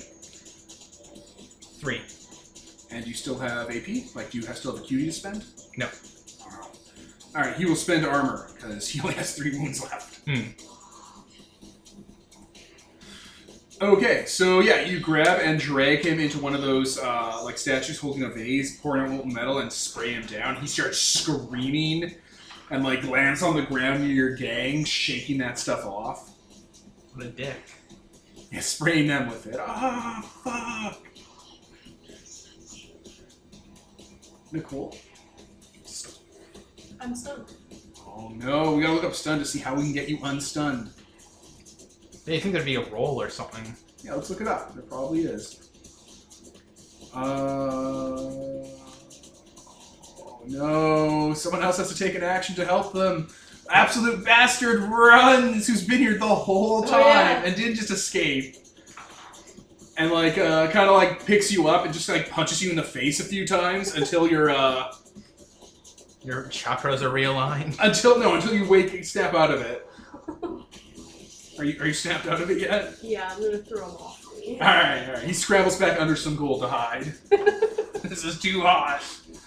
S3: Three.
S1: And you still have AP? Like, do you have still have a QE to spend?
S3: No.
S1: Wow. All right, he will spend armor because he only has three wounds left.
S3: Hmm.
S1: Okay, so yeah, you grab and drag him into one of those uh, like statues holding a vase, pouring out molten metal, and spray him down. He starts screaming and like lands on the ground near your gang, shaking that stuff off.
S3: What a dick.
S1: Yeah, spraying them with it. Ah, fuck. Nicole.
S2: I'm stunned.
S1: Oh no, we gotta look up stun to see how we can get you unstunned.
S3: They think there'd be a roll or something.
S1: Yeah, let's look it up. There probably is. Uh. Oh no, someone else has to take an action to help them. Absolute bastard runs who's been here the whole
S2: Oh,
S1: time
S2: yeah.
S1: and didn't just escape. And like, uh, kind of like picks you up and just like punches you in the face a few times until you're, uh,
S3: Your chakras are realigned.
S1: Until no, until you wake, snap out of it. Are you are you snapped out of it yet?
S2: Yeah, I'm gonna throw him off. me.
S1: All right, all right. He scrambles back under some gold to hide. this is too hot.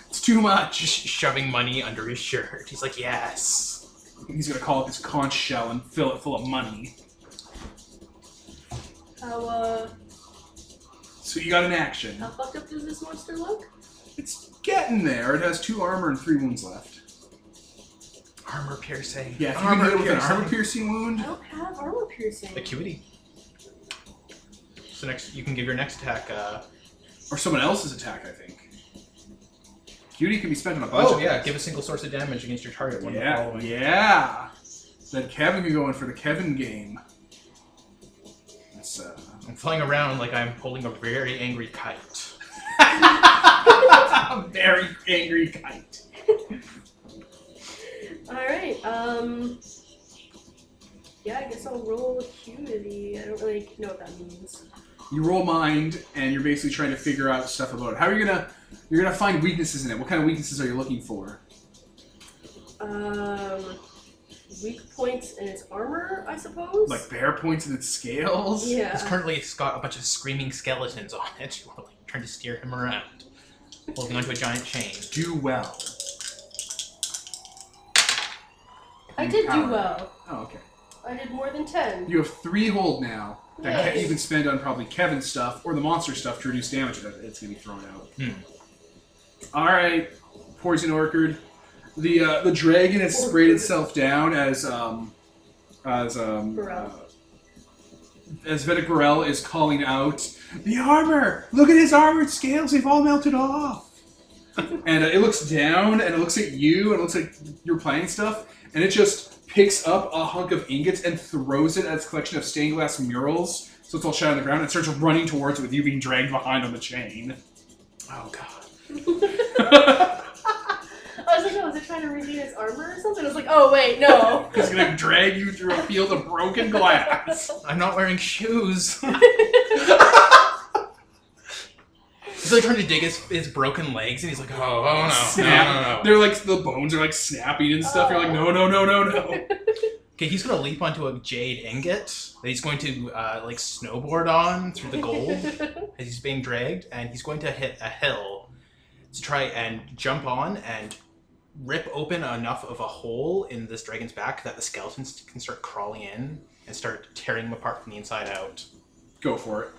S1: It's too much.
S3: Just shoving money under his shirt. He's like, yes.
S1: He's gonna call up his conch shell and fill it full of money.
S2: How uh,
S1: So you got an action.
S2: how fucked up does this monster look?
S1: It's getting there. It has two armor and three wounds left.
S3: Armor piercing.
S1: Yeah, if you
S3: armor
S1: can hit it with an
S3: piercing.
S1: armor piercing
S2: I
S1: wound.
S2: don't have armor piercing.
S3: Acuity. So next, you can give your next attack. Uh,
S1: Or someone else's attack, I think. Cutie can be spent on a bunch
S3: oh
S1: of
S3: yeah,
S1: things.
S3: give a single source of damage against your target. One of the
S1: Yeah,
S3: following.
S1: yeah. Then Kevin can go in for the Kevin game. That's uh.
S3: I'm flying around like I'm holding a very angry kite.
S1: Very angry kite.
S2: All right. Um. Yeah, I guess I'll roll acuity. I don't really know what that means.
S1: You roll mind, and you're basically trying to figure out stuff about it. How are you gonna? You're gonna find weaknesses in it. What kind of weaknesses are you looking for?
S2: Um, weak points in its armor, I suppose.
S1: Like bear points in its scales.
S2: yeah.
S3: It's currently it's got a bunch of screaming skeletons on it. We're like trying to steer him around, holding onto a giant chain.
S1: Do well.
S2: I did do
S1: Power.
S2: well.
S1: Oh, okay.
S2: I did more than ten.
S1: You have three hold now that
S2: Yay.
S1: Ke- you can spend on probably Kevin's stuff or the monster stuff to reduce damage that it's going to be thrown out.
S3: Hmm.
S1: All right, poison orchard. The uh, the dragon has sprayed
S2: Orchard.
S1: itself down as um as um
S2: Burrell.
S1: uh, as Vedic Burrell is calling out the armor. Look at his armored scales; they've all melted off. and uh, it looks down, and it looks at you, and it looks at your playing stuff, and it just picks up a hunk of ingots and throws it at its collection of stained glass murals. So it's all shot on the ground and starts running towards it with you being dragged behind on the chain.
S3: Oh god.
S2: I was like, oh, is it trying to regain its armor or something? I was like, oh wait, no.
S1: He's gonna drag you through a field of broken glass.
S3: I'm not wearing shoes. he's like trying to dig his, his broken legs, and he's like, oh, oh no, no,
S1: Snap.
S3: no, no.
S1: They're like the bones are like snapping and stuff. You're like, no, no, no, no, no.
S3: Okay, he's gonna leap onto a jade ingot that he's going to uh, like snowboard on through the gold as he's being dragged, and he's going to hit a hill to try and jump on and rip open enough of a hole in this dragon's back that the skeletons can start crawling in and start tearing him apart from the inside out.
S1: Go for it.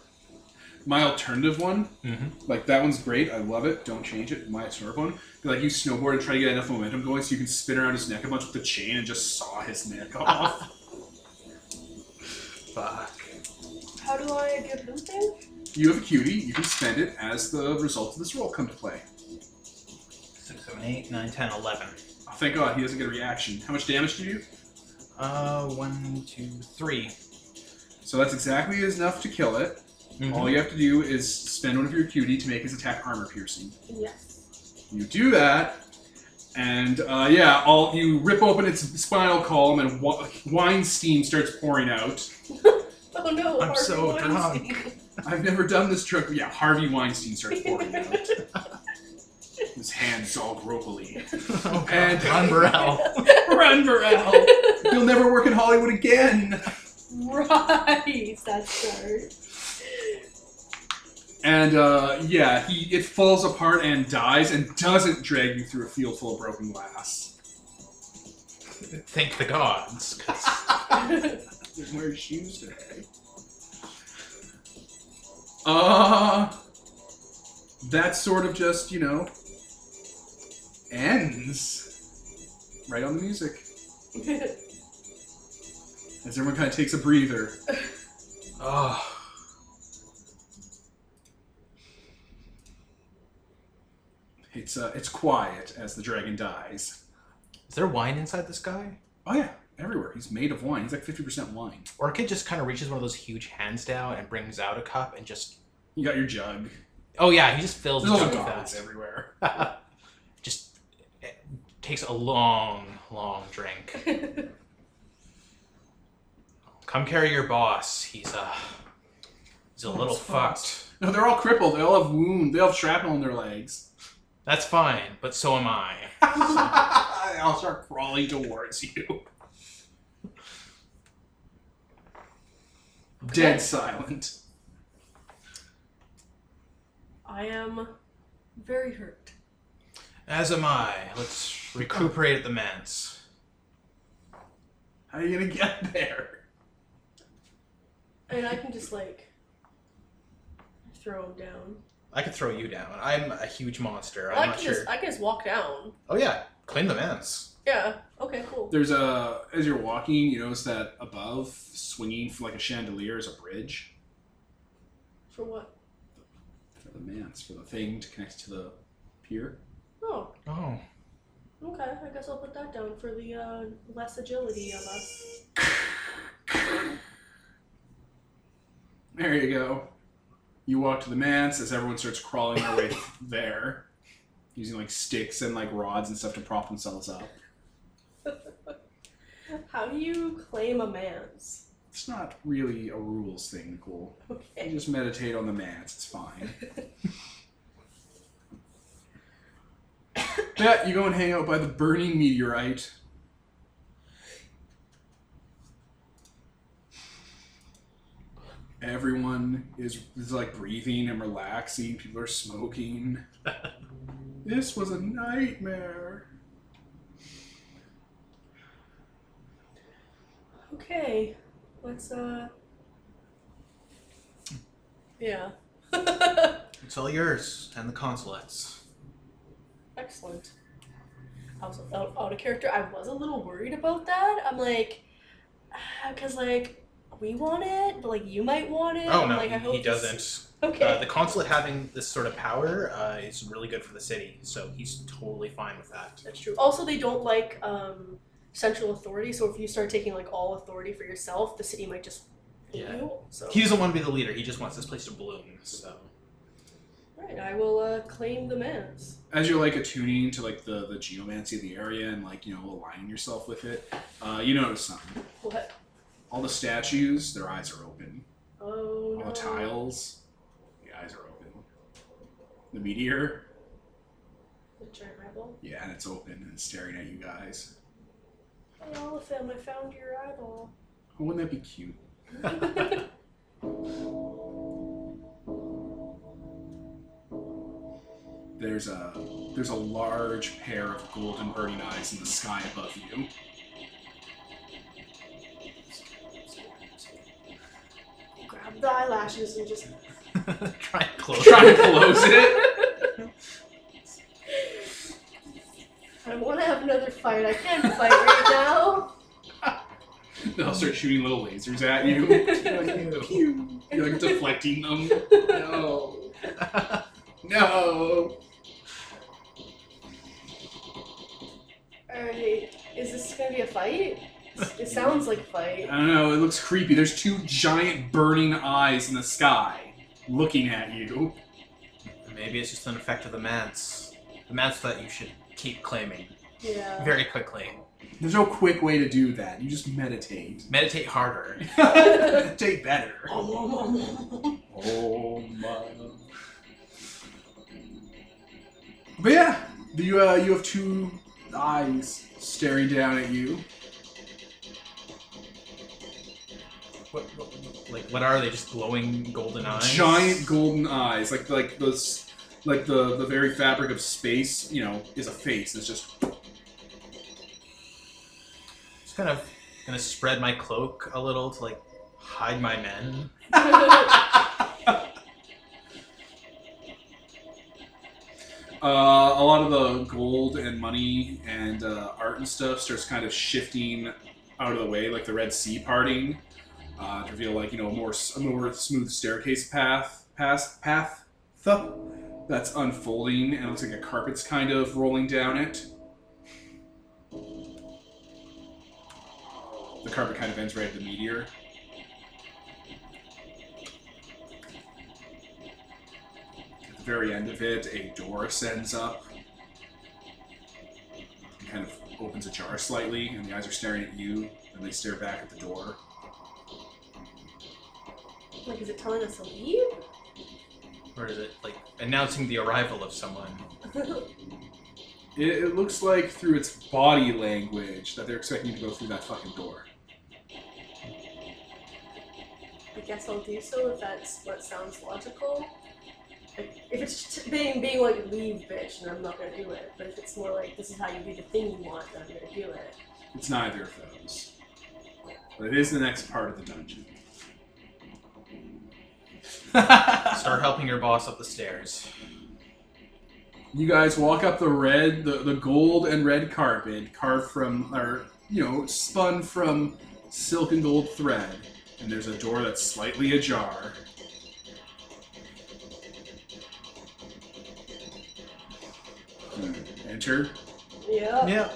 S1: My alternative one,
S3: Mm-hmm.
S1: like that one's great. I love it. Don't change it. My alternative one, be like you snowboard and try to get enough momentum going so you can spin around his neck a bunch with the chain and just saw his neck off.
S3: Fuck.
S2: How do I give him things?
S1: you have a cutie. You can spend it as the results of this roll come to play.
S3: Six, seven, eight, nine, ten, eleven.
S1: Oh, thank God he doesn't get a reaction. How much damage do you? do?
S3: Uh, one, two, three.
S1: So that's exactly enough to kill it. All
S3: Mhm.
S1: you have to do is spend one of your cutie to make his attack armor piercing.
S2: Yes.
S1: You do that, And uh, yeah, all you rip open its spinal column, and wi- wine steam starts pouring out.
S2: Oh no,
S3: I'm
S2: Harvey
S3: so
S2: Weinstein.
S1: I've never done this trick. Yeah, Harvey Weinstein starts pouring out. His hands all gropily.
S3: Oh,
S1: And-
S3: God, Burrell.
S1: Run, Burrell! You'll never work in Hollywood again.
S2: Right, that's dark.
S1: And uh, yeah, he it falls apart and dies, and doesn't drag you through a field full of broken glass.
S3: Thank the gods. 'cause
S1: Didn't wear his shoes today. Uh, that sort of just you know ends right on the music. As everyone kind of takes a breather.
S3: Oh.
S1: It's uh, it's quiet as the dragon dies.
S3: Is there wine inside this guy?
S1: Oh yeah, everywhere. He's made of wine. He's like fifty percent wine.
S3: Or kid just kind of reaches one of those huge hands down and brings out a cup and just.
S1: You got your jug.
S3: Oh yeah, he just fills
S1: There's
S3: it
S1: also
S3: up
S1: goblins
S3: with
S1: everywhere.
S3: that. just eh, takes a long, long drink. Come carry your boss. He's uh, he's a little fucked.
S1: No, they're all crippled. They all have wound. They all have shrapnel in their legs.
S3: That's fine, but so am I.
S1: I'll start crawling towards you. Dead silent.
S2: I am very hurt.
S3: As am I. Let's recuperate at the manse.
S1: How are you gonna get there?
S2: And I can just like throw him down.
S3: I could throw you down. I'm a huge monster.
S2: I
S3: I'm
S2: can
S3: not sure.
S2: just I can just walk down.
S3: Oh yeah, claim the manse.
S2: Yeah. Okay, cool.
S1: There's a as you're walking, you notice that above, swinging from like a chandelier, is a bridge
S2: For what?
S1: for the manse for the thing to connect to the pier.
S2: Oh,
S3: Oh.
S2: okay. I guess I'll put that down for the uh, less agility of us.
S1: There you go. You walk to the manse as everyone starts crawling their way there, using like sticks and like rods and stuff to prop themselves up.
S2: How do you claim a man's?
S1: It's not really a rules thing, Nicole. You
S2: Okay.
S1: just meditate on the manse. It's fine. Bet you go and hang out by the burning meteorite. Everyone is, is like breathing and relaxing. People are smoking. this was a nightmare.
S2: Okay. Let's uh. Yeah.
S3: It's all yours and the consulates.
S2: Excellent. I was out, out of character. I was a little worried about that. I'm like, because like we want it, but like you might want it.
S3: Oh
S2: I'm
S3: no,
S2: like, I
S3: he,
S2: hope
S3: he
S2: this-
S3: doesn't.
S2: Okay.
S3: Uh, the consulate having this sort of power uh, is really good for the city, so he's totally fine with that.
S2: That's true. Also, they don't like um, central authority. So if you start taking like all authority for yourself, the city might just hate
S3: Yeah.
S2: you. So
S3: He doesn't want to be the leader. He just wants this place to bloom. So
S2: right, I will uh, claim the man's.
S1: as you're like attuning to like the the geomancy of the area and like you know aligning yourself with it, uh, you notice something.
S2: What?
S1: All the statues, their eyes are open.
S2: Oh
S1: All
S2: no.
S1: the tiles, the eyes are open. The meteor,
S2: The giant eyeball.
S1: yeah, and it's open and it's staring at you guys.
S2: Hey, Oliphant, I found your eyeball.
S1: Oh, wouldn't that be cute? There's a there's a large pair of golden burning eyes in the sky above you.
S2: Grab the eyelashes and just
S3: try and close.
S1: Trying to close it.
S2: I want to have another fight. I can't fight right now.
S1: They'll start shooting little lasers at you. Pew. You're like deflecting them. No. No.
S2: Alright, is this gonna be a fight? It sounds like a
S1: I
S2: fight.
S1: don't know, it looks creepy. There's two giant burning eyes in the sky looking at you.
S3: Maybe it's just an effect of the manse. The manse that you should keep claiming.
S2: Yeah.
S3: very quickly.
S1: There's no quick way to do that. You just meditate.
S3: Meditate harder.
S1: meditate better. Oh my. But yeah, you uh, you have two eyes staring down at you.
S3: What, what, like, what are they? Just glowing golden eyes?
S1: Giant golden eyes, like like those, like the the very fabric of space. You know, is a face. It's just
S3: Just kind of gonna spread my cloak a little to like hide my men.
S1: Uh, a lot of the gold and money and uh, art and stuff starts kind of shifting out of the way, like the Red Sea parting, uh, to reveal like you know a more s- a more smooth staircase path path path th- that's unfolding and it looks like a carpet's kind of rolling down it. The carpet kind of ends right at the meteor. At the very end of it, a door sends up. It kind of opens ajar slightly, and the eyes are staring at you, and they stare back at the door.
S2: Like, is it telling us to leave?
S3: Or is it like announcing the arrival of someone?
S1: It, it looks like through its body language that they're expecting you to go through that fucking door.
S2: I guess I'll do so if that's what sounds logical. Like, if it's just being being like leave, bitch, and I'm not gonna do it. But if it's more like this is how you do the thing you want, then I'm gonna do it.
S1: It's neither of those. But it is the next part of the dungeon.
S3: Start helping your boss up the stairs.
S1: You guys walk up the red, the, the gold and red carpet, carved from, or, you know, spun from silk and gold thread. And there's a door that's slightly ajar. You Hmm, Enter.
S2: Yeah.
S3: Yeah.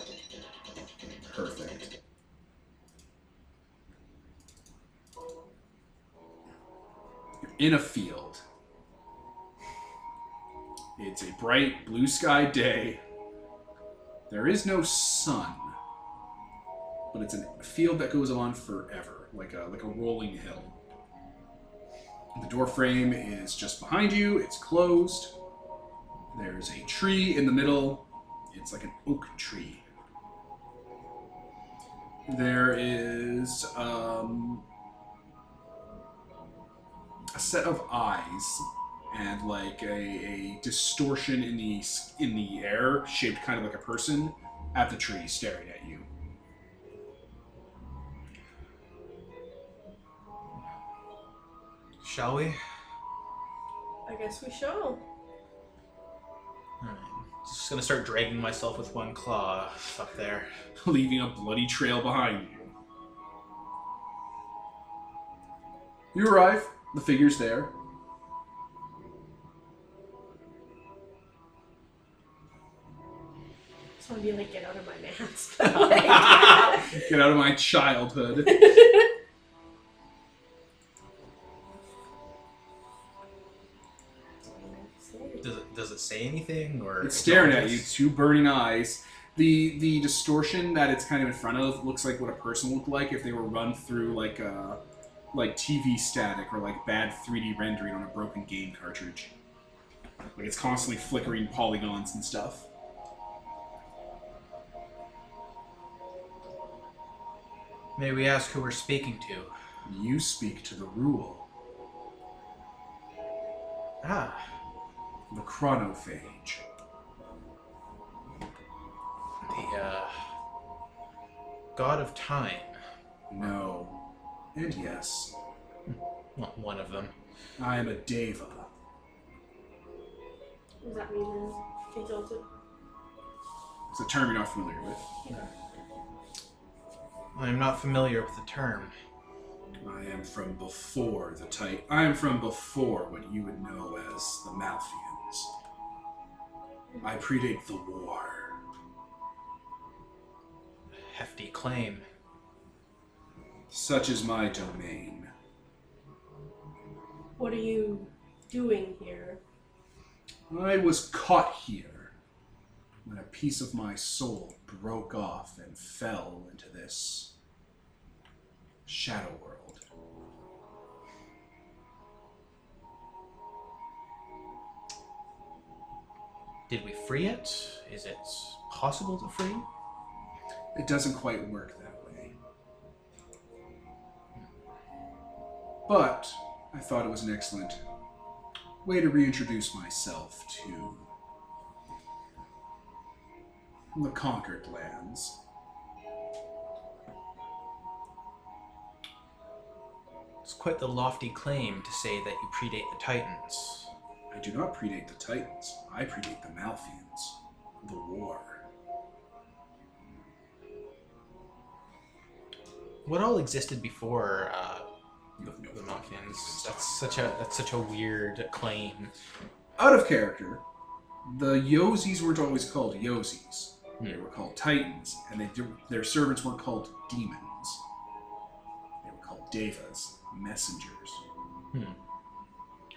S1: Perfect. You're in a field. It's a bright blue sky day. There is no sun, but it's a field that goes on forever, like a like a rolling hill. The door frame is just behind you. It's closed. There's a tree in the middle. It's like an oak tree. There is um, a set of eyes and like a, a distortion in the s- in the air, shaped kind of like a person, at the tree staring at you.
S3: Shall we?
S2: I guess we shall.
S3: Alright. Just gonna start dragging myself with one claw up there.
S1: leaving a bloody trail behind you. You arrive, the figure's there.
S2: Just wanna be like, get out of my mask. Like-
S1: Get out of my childhood.
S3: Does it, does it say anything or
S1: It's staring at you,
S3: acknowledges?
S1: two burning eyes. The the distortion that it's kind of in front of looks like what a person looked like if they were run through like uh like TV static or like bad 3D rendering on a broken game cartridge. Like it's constantly flickering polygons and stuff.
S3: May we ask who we're speaking to?
S1: You speak to the rule,
S3: Ah,
S1: the chronophage.
S3: the uh, god of time.
S1: No. And yes,
S3: Well, one of them.
S1: I am a deva.
S2: Does that mean then? Exalted.
S1: It's a term you're not familiar with.
S3: I am not familiar with the term.
S1: I am from before the type. I am from before what you would know as the Malfians. I predate the war.
S3: Hefty claim.
S1: Such is my domain.
S2: What are you doing here?
S1: I was caught here when a piece of my soul broke off and fell into this shadow world.
S3: Did we free it? Is it possible to free?
S1: It doesn't quite work that way. But I thought it was an excellent way to reintroduce myself to the conquered lands.
S3: It's quite the lofty claim to say that you predate the Titans.
S1: I do not predate the Titans, I predate the Malfians, the war.
S3: What all existed before uh,
S1: You have no
S3: the Malkians? That's such a that's such a weird claim.
S1: out of character, the Yozis weren't always called Yozis. They were called Titans, and they do, their servants weren't called demons. They were called Devas, messengers.
S3: Hmm.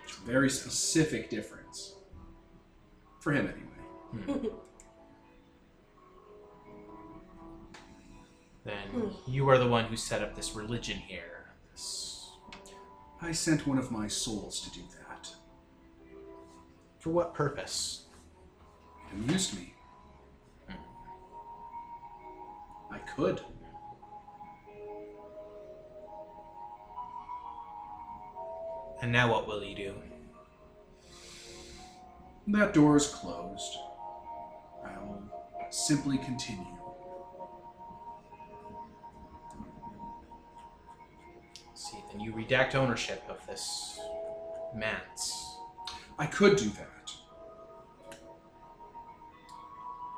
S1: It's a very specific difference. For him, anyway.
S3: Then
S2: Hmm.
S3: you are the one who set up this religion here. This,
S1: I sent one of my souls to do that.
S3: for what purpose?
S1: It amused me. I could.
S3: And now what will you do?
S1: That door is closed. I will simply continue.
S3: See, then you redact ownership of this manse.
S1: I could do that.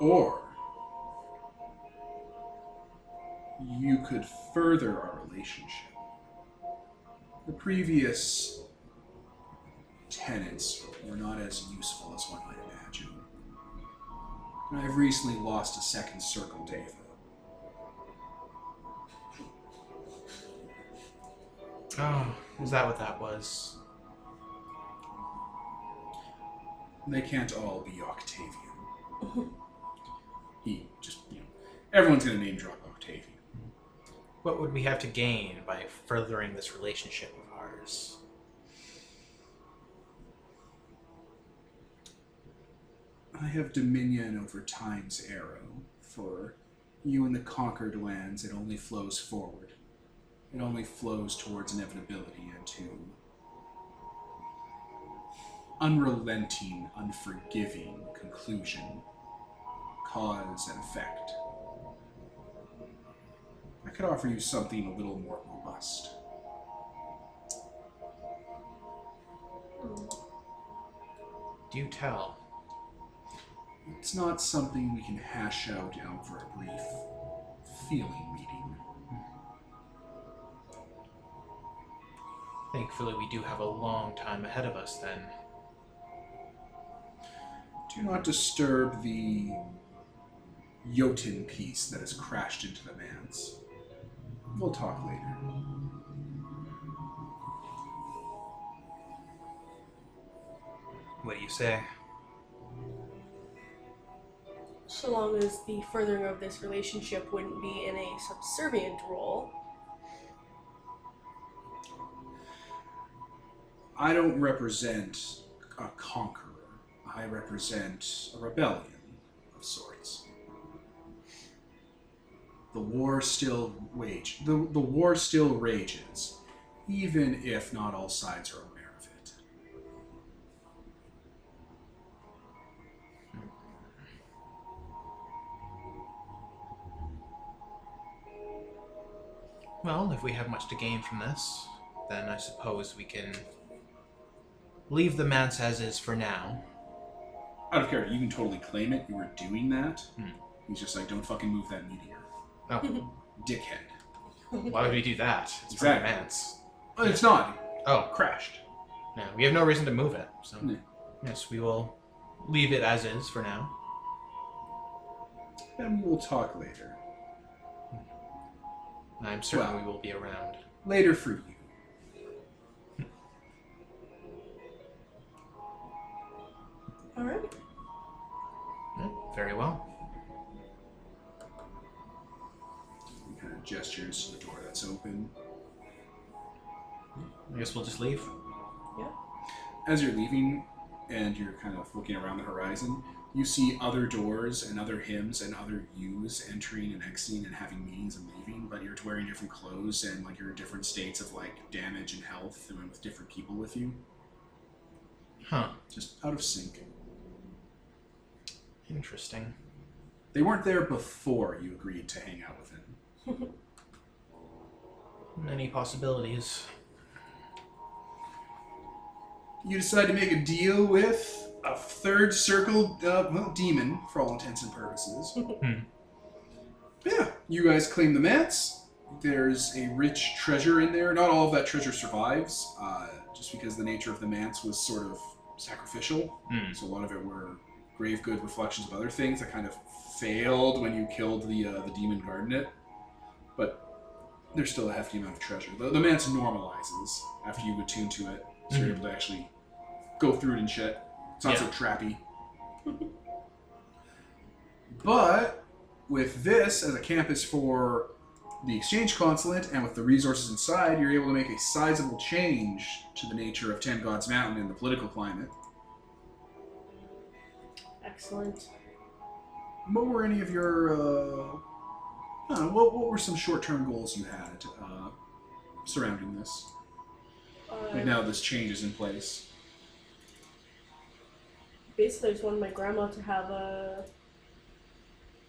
S1: Or you could further our relationship. The previous tenants were not as useful as one might imagine. And I've recently lost a second circle, Deva.
S3: Oh, is that what that was?
S1: They can't all be Octavian. he just, you know, everyone's gonna name drop Octavian.
S3: What would we have to gain by furthering this relationship of ours?
S1: I have dominion over time's arrow. For you and the conquered lands, it only flows forward. It only flows towards inevitability and to unrelenting, unforgiving conclusion, cause and effect. I could offer you something a little more robust.
S2: Mm.
S3: Do you tell?
S1: It's not something we can hash out over a brief feeling meeting.
S3: Thankfully, we do have a long time ahead of us then.
S1: Do not disturb the Jotun piece that has crashed into the man's. We'll talk later.
S3: What do you say?
S2: So long as the furthering of this relationship wouldn't be in a subservient role.
S1: I don't represent a conqueror. I represent a rebellion of sorts. The war still wage the, the war still rages, even if not all sides are aware of it.
S3: Well, if we have much to gain from this, then I suppose we can leave the manse as is for now.
S1: Out of character, you can totally claim it. You were doing that.
S3: Hmm.
S1: He's just like, don't fucking move that meteor,
S3: Oh,
S1: dickhead.
S3: why would we do that? It's for
S1: Exactly.
S3: the manse.
S1: Uh, It's not.
S3: Oh,
S1: crashed.
S3: no, we have no reason to move it. So
S1: No.
S3: yes, we will leave it as is for now.
S1: And we will talk later.
S3: I'm certain
S1: Well.
S3: we will be around.
S1: Later for you.
S2: Alright.
S3: Hmm, Mm, Very well.
S1: gestures to the door that's open.
S3: I guess we'll just leave.
S1: As you're leaving and you're kind of looking around the horizon, you see other doors and other hymns and other yous entering and exiting and having meetings and leaving, but you're wearing different clothes and like you're in different states of like damage and health and with different people with you.
S3: Huh.
S1: Just out of sync.
S3: Interesting.
S1: They weren't there before you agreed to hang out with him.
S3: Many possibilities.
S1: You decide to make a deal with a third circle, uh, well, demon for all intents and purposes. Yeah, you guys claim the mats. There's a rich treasure in there. Not all of that treasure survives, uh, just because the nature of the mats was sort of sacrificial.
S3: Hmm.
S1: So a lot of it were grave good reflections of other things that kind of failed when you killed the uh, the demon guarding it. But there's still a hefty amount of treasure. The, the mats normalizes after you attune to it, so you're
S3: Mhm.
S1: able to actually go through it and shit. It's not so trappy. but with this as a campus for the exchange consulate and with the resources inside, you're able to make a sizable change to the nature of Ten Gods Mountain and the political climate.
S2: Excellent.
S1: What were any of your, uh, I don't know, what, what were some short-term goals you had uh, surrounding this?
S2: Uh,
S1: Like now this change is in place.
S2: basically, I just wanted my grandma to have a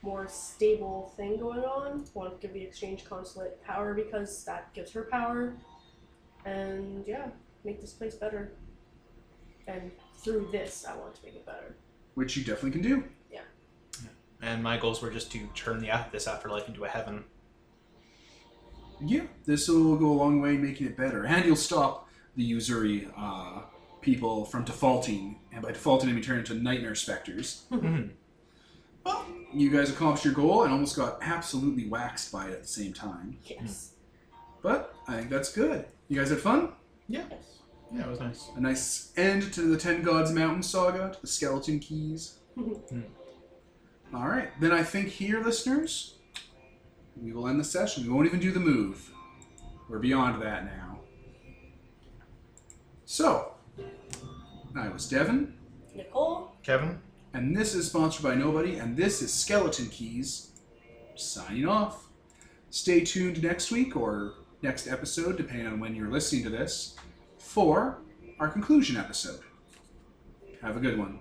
S2: more stable thing going on. Want to give the exchange consulate power because that gives her power, and yeah, make this place better. And through this, I want to make it better.
S1: Which you definitely can do.
S3: And my goals were just to turn the af- this afterlife into a heaven.
S1: Yeah, this will go a long way in making it better, and you'll stop the usury uh, people from defaulting, and by defaulting, they may turn into nightmare specters.
S3: Mhm.
S1: Well, you guys accomplished your goal and almost got absolutely waxed by it at the same time,
S2: Yes.
S1: but I think that's good. You guys had fun.
S3: Hmm.
S2: Yes.
S3: Yeah, it was nice.
S1: A nice end to the Ten Gods Mountain saga, to the Skeleton Keys. All right, then I think here, listeners, we will end the session. We won't even do the move. We're beyond that now. So, I was Devin,
S2: Nicole.
S3: Kevin?
S1: and this is sponsored by Nobody, and this is Skeleton Keys signing off. Stay tuned next week or next episode, depending on when you're listening to this, for our conclusion episode. Have a good one.